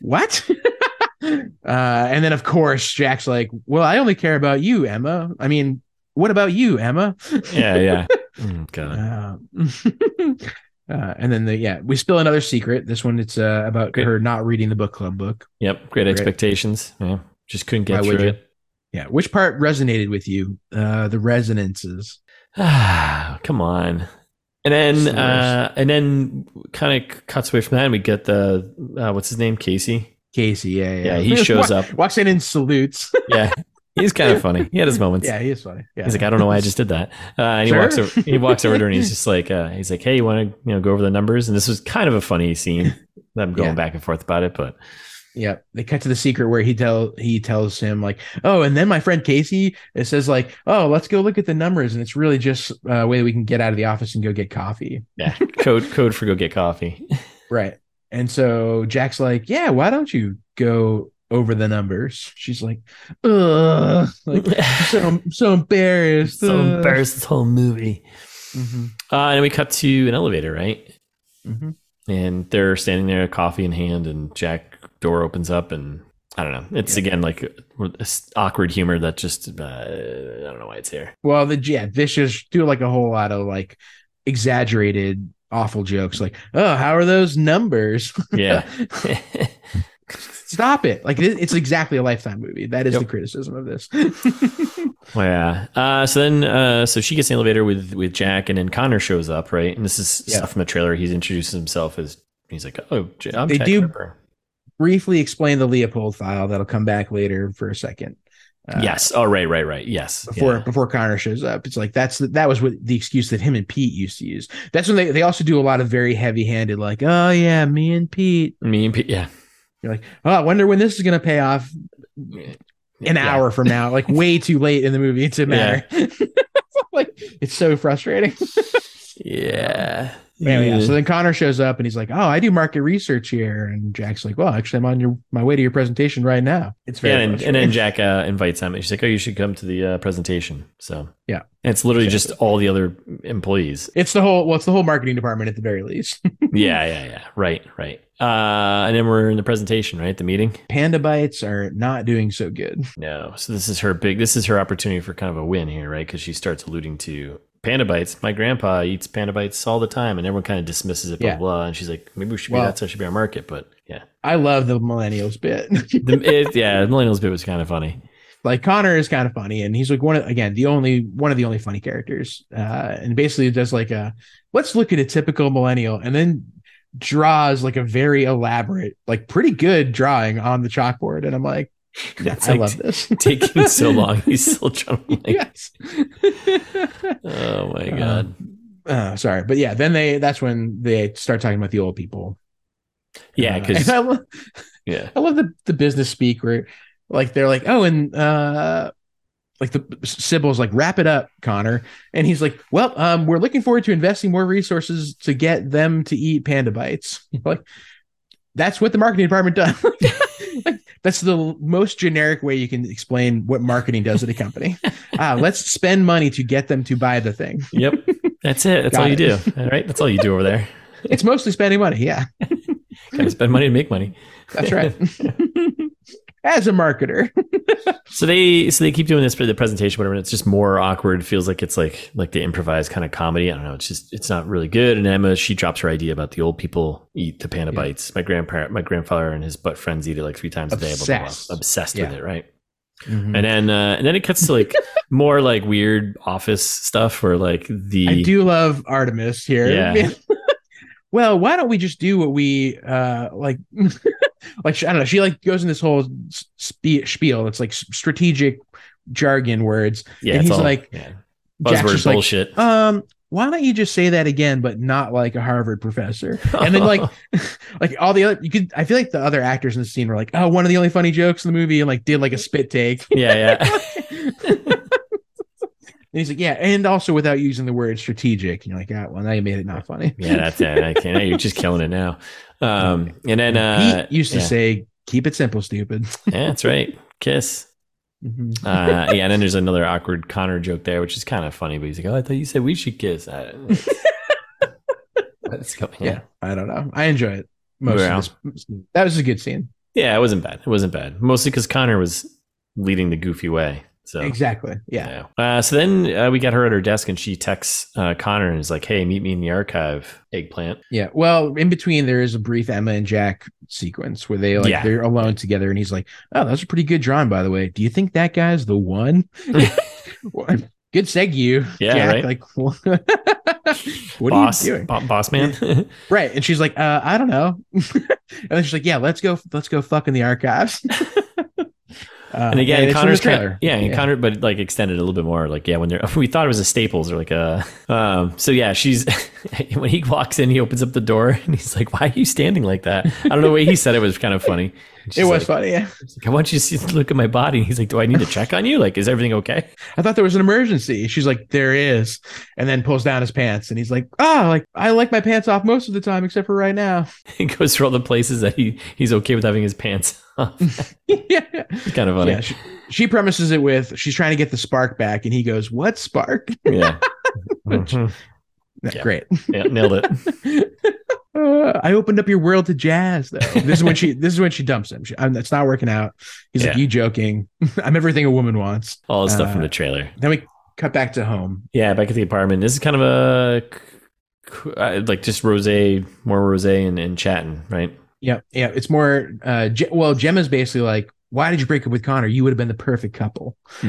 [SPEAKER 1] what? uh, and then of course Jack's like, well, I only care about you, Emma. I mean, what about you, Emma?
[SPEAKER 2] Yeah, yeah. Oh, God.
[SPEAKER 1] Uh, uh, and then the yeah, we spill another secret. This one it's uh, about
[SPEAKER 2] Great.
[SPEAKER 1] her not reading the book club book.
[SPEAKER 2] Yep. Great expectations. Yeah. Just couldn't get
[SPEAKER 1] Why would
[SPEAKER 2] through
[SPEAKER 1] you?
[SPEAKER 2] it.
[SPEAKER 1] Yeah, which part resonated with you? Uh, the resonances.
[SPEAKER 2] Ah, come on. And
[SPEAKER 1] It's
[SPEAKER 2] then,
[SPEAKER 1] the
[SPEAKER 2] uh, and then, kind of cuts away from that, and we get the uh, what's his name, Casey.
[SPEAKER 1] Casey, yeah, yeah,
[SPEAKER 2] Yeah, he shows
[SPEAKER 1] Wa-
[SPEAKER 2] up.
[SPEAKER 1] walks in and salutes.
[SPEAKER 2] Yeah, he's kind of funny. He had his moments.
[SPEAKER 1] yeah, he is funny. Yeah.
[SPEAKER 2] He's like, I don't know why I just did that. Uh, and
[SPEAKER 1] Sure.
[SPEAKER 2] he walks over. He walks over to her, and he's just like, uh, he's like, hey, you want to you know go over the numbers? And this was kind of a funny scene. I'm going
[SPEAKER 1] Yeah.
[SPEAKER 2] back and forth about it, but
[SPEAKER 1] Yeah, they cut to the secret where he tell he tells him like, oh, and then my friend Casey it says like, oh, let's go look at the numbers, and it's really just uh, a way that we can get out of the office and go get coffee,
[SPEAKER 2] yeah, code code for go get coffee.
[SPEAKER 1] right? And so Jack's like, yeah, why don't you go over the numbers? She's like, ugh, like uh, so I'm so embarrassed,
[SPEAKER 2] so
[SPEAKER 1] ugh."
[SPEAKER 2] embarrassed this whole movie.
[SPEAKER 1] Mhm,
[SPEAKER 2] Uh, and then we cut to an elevator, right?
[SPEAKER 1] mhm.
[SPEAKER 2] and they're standing there, coffee in hand, and Jack door opens up, and I don't know. It's
[SPEAKER 1] Yeah.
[SPEAKER 2] again like uh, this awkward humor that just uh, I don't know why it's here.
[SPEAKER 1] Well, the yeah, vicious do like a whole lot of like exaggerated awful jokes like, oh, how are those numbers?
[SPEAKER 2] Yeah,
[SPEAKER 1] Stop it. Like it, it's exactly a lifetime movie. That is
[SPEAKER 2] Yep.
[SPEAKER 1] the criticism of this.
[SPEAKER 2] Well, yeah. Uh, so then, uh, so she gets in the elevator with with Jack, and then Connor shows up, right? And this is
[SPEAKER 1] Yeah.
[SPEAKER 2] stuff from the trailer. He's introduces himself as he's like, "Oh, J- I'm
[SPEAKER 1] They
[SPEAKER 2] Jack
[SPEAKER 1] do-
[SPEAKER 2] Ripper."
[SPEAKER 1] Briefly explain the Leopold file that'll come back later for a second. Uh,
[SPEAKER 2] yes. Oh, right, right, right. Yes.
[SPEAKER 1] Before
[SPEAKER 2] Yeah.
[SPEAKER 1] before Connor shows up, it's like that's the, that was what the excuse that him and Pete used to use. That's when they, they also do a lot of very heavy handed like, oh yeah, me and Pete.
[SPEAKER 2] Me and Pete. Yeah.
[SPEAKER 1] Oh, I wonder when this is gonna pay off an
[SPEAKER 2] Yeah.
[SPEAKER 1] hour from now. Like way too late in the movie to matter. like it's so frustrating.
[SPEAKER 2] Yeah.
[SPEAKER 1] Anyway, yeah. So then Connor shows up and he's like, "Oh, I do market research here," and Jack's like, "Well, actually, I'm on your my way to your presentation right now." It's
[SPEAKER 2] Yeah,
[SPEAKER 1] very
[SPEAKER 2] and, and then Jack uh, invites him. and She's like, "Oh, you should come to the uh, presentation." So
[SPEAKER 1] Yeah.
[SPEAKER 2] and it's literally just all the other employees.
[SPEAKER 1] it's the whole well, it's the whole marketing department at the very least.
[SPEAKER 2] yeah, yeah, yeah. Right, right. Uh, and then we're in the presentation, right? The meeting.
[SPEAKER 1] Panda bites are not doing so good.
[SPEAKER 2] No, so this is her big. This is her opportunity for kind of a win here, right? Because she starts alluding to panda bites. My grandpa eats panda bites all the time, and everyone kind of dismisses it, blah
[SPEAKER 1] Yeah.
[SPEAKER 2] blah. blah. And she's like, "Maybe we should
[SPEAKER 1] Well-
[SPEAKER 2] be that's how it should be our market." But yeah,
[SPEAKER 1] I love the millennials bit.
[SPEAKER 2] the, it, yeah. the Millennials bit was kind of funny.
[SPEAKER 1] like Connor is kind of funny, and he's like one of again the only one of the only funny characters. Uh, and basically it does like a let's look at a typical millennial, and then draws like a very elaborate, like pretty good drawing on the chalkboard. And I'm like,
[SPEAKER 2] It's
[SPEAKER 1] I
[SPEAKER 2] like
[SPEAKER 1] love this.
[SPEAKER 2] taking so long. He's still trying. To like,
[SPEAKER 1] yes.
[SPEAKER 2] Oh my
[SPEAKER 1] Uh,
[SPEAKER 2] god.
[SPEAKER 1] Uh, sorry, but yeah, then they that's when they start talking about the old people.
[SPEAKER 2] yeah,
[SPEAKER 1] Uh,
[SPEAKER 2] because
[SPEAKER 1] and I, lo-
[SPEAKER 2] yeah.
[SPEAKER 1] I love the the business speak where like they're like, oh, and uh, like the Sybil's like, wrap it up, Connor, and he's like, well, um, we're looking forward to investing more resources to get them to eat panda bites. like, that's what the marketing department does. Like, That's the most generic way you can explain what marketing does at a company. Ah, let's spend money to get them to buy the thing.
[SPEAKER 2] Yep. That's it. That's
[SPEAKER 1] Got
[SPEAKER 2] all you do.
[SPEAKER 1] it.
[SPEAKER 2] All right. That's all you do over there.
[SPEAKER 1] It's mostly spending money. Yeah,
[SPEAKER 2] Gotta spend money to make money.
[SPEAKER 1] that's right. As a marketer,
[SPEAKER 2] So they so they keep doing this for the presentation, whatever. And it's just more awkward. Feels like it's like like the improvised kind of comedy. I don't know. It's just it's not really good. And Emma she drops her idea about the old people eat the panda
[SPEAKER 1] Yeah.
[SPEAKER 2] bites. My grandparent, my grandfather, and his butt friends eat it like three times a day. Blah, blah,
[SPEAKER 1] Obsessed.
[SPEAKER 2] blah. Obsessed
[SPEAKER 1] Yeah.
[SPEAKER 2] with it, right?
[SPEAKER 1] and
[SPEAKER 2] And then uh, and then it cuts to like more like weird office stuff where like the
[SPEAKER 1] I do love Artemis here.
[SPEAKER 2] Yeah.
[SPEAKER 1] well, why don't we just do what we uh like? like she- I don't know. She like goes in this whole spe- spiel. It's like s- strategic jargon words.
[SPEAKER 2] yeah,
[SPEAKER 1] and
[SPEAKER 2] it's
[SPEAKER 1] he's
[SPEAKER 2] all,
[SPEAKER 1] like-
[SPEAKER 2] yeah.
[SPEAKER 1] Jack's
[SPEAKER 2] buzzword
[SPEAKER 1] just like,
[SPEAKER 2] bullshit.
[SPEAKER 1] Um, why don't you just say that again, but not like a Harvard professor? and then, like, Like all the other, you could. I feel like the other actors in the scene were like, oh, one of the only funny jokes in the movie, and like did like a spit take.
[SPEAKER 2] yeah, yeah.
[SPEAKER 1] And he's like, yeah, and also without using the word strategic. And you're like, ah, well, now you made it not funny.
[SPEAKER 2] Yeah, that's it. I can't. You're just killing it now. Um, and then uh,
[SPEAKER 1] Pete used to
[SPEAKER 2] yeah.
[SPEAKER 1] say, keep it simple, stupid. Mm-hmm.
[SPEAKER 2] yeah, that's right. Kiss. Uh, yeah, and then there's another awkward Connor joke there, which is kind of funny. But he's like, "Oh, I thought you said we should kiss." I, that's coming.
[SPEAKER 1] Yeah.
[SPEAKER 2] Yeah.
[SPEAKER 1] I don't know. I enjoy it. Most
[SPEAKER 2] Yeah.
[SPEAKER 1] of this. That was a good scene.
[SPEAKER 2] yeah, it wasn't bad. It wasn't bad. Mostly because Connor was leading the goofy way. So
[SPEAKER 1] Exactly. Yeah.
[SPEAKER 2] yeah. Uh, so then uh, we got her at her desk, and she texts uh, Connor and is like, "Hey, meet me in the archive, eggplant."
[SPEAKER 1] Yeah. Well, in between there is a brief Emma and Jack sequence where they like
[SPEAKER 2] Yeah.
[SPEAKER 1] they're alone together and he's like, Oh, that's a pretty good drawing, by the way. Do you think that guy's the one? What- good segue.
[SPEAKER 2] Yeah, right.
[SPEAKER 1] Like what
[SPEAKER 2] boss,
[SPEAKER 1] are you doing?
[SPEAKER 2] bo- boss man.
[SPEAKER 1] Right. And she's like, uh, I don't know. and then she's like, Yeah, let's go let's go fuck in the archives. Uh,
[SPEAKER 2] and again,
[SPEAKER 1] it's in
[SPEAKER 2] Connor's
[SPEAKER 1] the
[SPEAKER 2] kind
[SPEAKER 1] trailer.
[SPEAKER 2] yeah, and Connor, but like extended a little bit more. Like, yeah, when they're we thought it was a Staples or like a. Um, so yeah, she's when he walks in, he opens up the door and he's like, "Why are you standing like that?" I don't know. The way he said it was kind of funny. She's
[SPEAKER 1] it was
[SPEAKER 2] like,
[SPEAKER 1] funny, yeah.
[SPEAKER 2] I want you to see, look at my body. And he's like, "Do I need to check on you? Like, is everything okay?"
[SPEAKER 1] I thought there was an emergency. She's like, there is, and then pulls down his pants, and he's like, ah, like I like my pants off most of the time, except for right now.
[SPEAKER 2] He goes through all the places that he he's okay with having his pants off.
[SPEAKER 1] yeah,
[SPEAKER 2] It's kind of funny.
[SPEAKER 1] yeah. She, she premises it with she's trying to get the spark back, and he goes, what spark?
[SPEAKER 2] Yeah. Mhm. Yeah.
[SPEAKER 1] Great.
[SPEAKER 2] yeah, nailed it.
[SPEAKER 1] Uh, I opened up your world to jazz. Though this is when she this is when she dumps him. She, I'm, it's not working out. He's like,
[SPEAKER 2] Yeah.
[SPEAKER 1] you joking? I'm everything a woman wants.
[SPEAKER 2] All the stuff from
[SPEAKER 1] Uh,
[SPEAKER 2] the trailer.
[SPEAKER 1] Then we cut back to home.
[SPEAKER 2] Yeah, back at the apartment. This is kind of a c- uh, like just rose, more rose, and, and chatting, right?
[SPEAKER 1] Yeah, yeah. It's more. Uh, Je- well, Gemma's basically like, why did you break up with Connor? You would have been the perfect couple.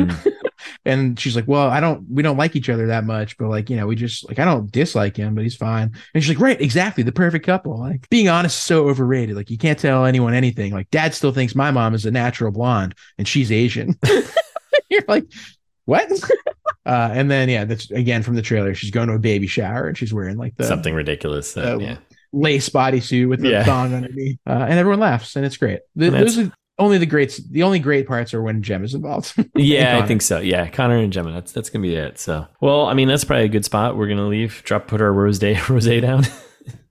[SPEAKER 1] And she's like, "Well, I don't. We don't like each other that much, but like, you know, we just like I don't dislike him, but he's fine." And she's like, "Right, exactly, the perfect couple. Like, being honest is so overrated. Like, you can't tell anyone anything. Like, Dad still thinks my mom is a natural blonde and she's Asian." You're like, "What?" uh, and then yeah, that's again from the trailer. She's going to a baby shower and she's wearing like the
[SPEAKER 2] Something ridiculous. that-
[SPEAKER 1] uh,
[SPEAKER 2] yeah.
[SPEAKER 1] lace bodysuit with the
[SPEAKER 2] Yeah.
[SPEAKER 1] thong underneath, uh, and everyone laughs, and it's great. The,
[SPEAKER 2] And that's-
[SPEAKER 1] those are only the greats. The only great parts are when Gem is involved.
[SPEAKER 2] Yeah, I
[SPEAKER 1] Connor.
[SPEAKER 2] think so. Yeah, Connor and Gemma. That's that's gonna be it. So, well, I mean, that's probably a good spot. We're gonna leave, drop, put our rose day rose down.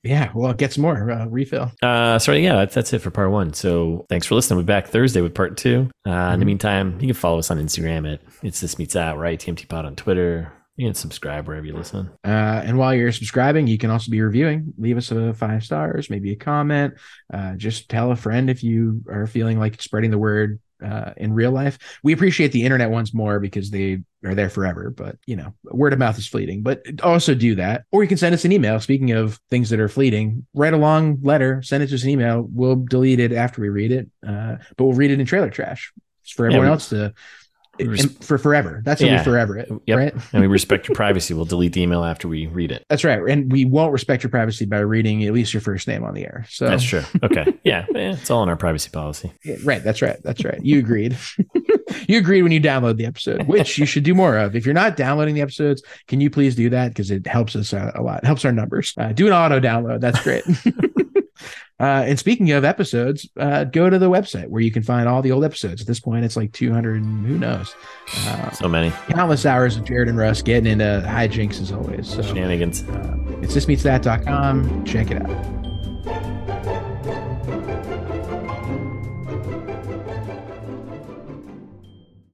[SPEAKER 1] yeah, well, it gets more uh, refill.
[SPEAKER 2] Uh, sorry, yeah, that's, that's it for part one. So, thanks for listening. We'll be back Thursday with part two. Uh, In the
[SPEAKER 1] Mhm.
[SPEAKER 2] meantime, you can follow us on Instagram at it's this meets out right TMT Pod on Twitter. You can subscribe wherever you listen.
[SPEAKER 1] Uh, and while you're subscribing, you can also be reviewing. Leave us a five stars, maybe a comment. Uh, just tell a friend if you are feeling like spreading the word uh, in real life. We appreciate the internet ones more because they are there forever. But you know, word of mouth is fleeting. But also do that, or you can send us an email. Speaking of things that are fleeting, write a long letter, send it to us an email. We'll delete it after we read it, uh, but we'll read it in trailer trash It's for
[SPEAKER 2] Yeah,
[SPEAKER 1] everyone
[SPEAKER 2] we-
[SPEAKER 1] else to.
[SPEAKER 2] we res-
[SPEAKER 1] and for forever. That's gonna
[SPEAKER 2] Yeah.
[SPEAKER 1] be forever, it,
[SPEAKER 2] Yep.
[SPEAKER 1] right?
[SPEAKER 2] and we respect your privacy. We'll delete the email after we read it.
[SPEAKER 1] That's right. And we won't respect your privacy by reading at least your first name on the air. So
[SPEAKER 2] That's true. Okay. yeah. yeah. It's all in our privacy policy.
[SPEAKER 1] Yeah, right. That's right. That's right. You agreed. you agreed when you download the episode, which you should do more of. If you're not downloading the episodes, can you please do that? Because it helps us uh, a lot. It helps our numbers. Uh, do an auto download. That's great. Uh, and speaking of episodes, uh, go to the website where you can find all the old episodes. At this point, it's like 200 and who knows. Uh,
[SPEAKER 2] So many
[SPEAKER 1] countless hours of Jared and Russ getting into hijinks as always. So
[SPEAKER 2] shenanigans.
[SPEAKER 1] it's thismeetsthat.com. Check it out.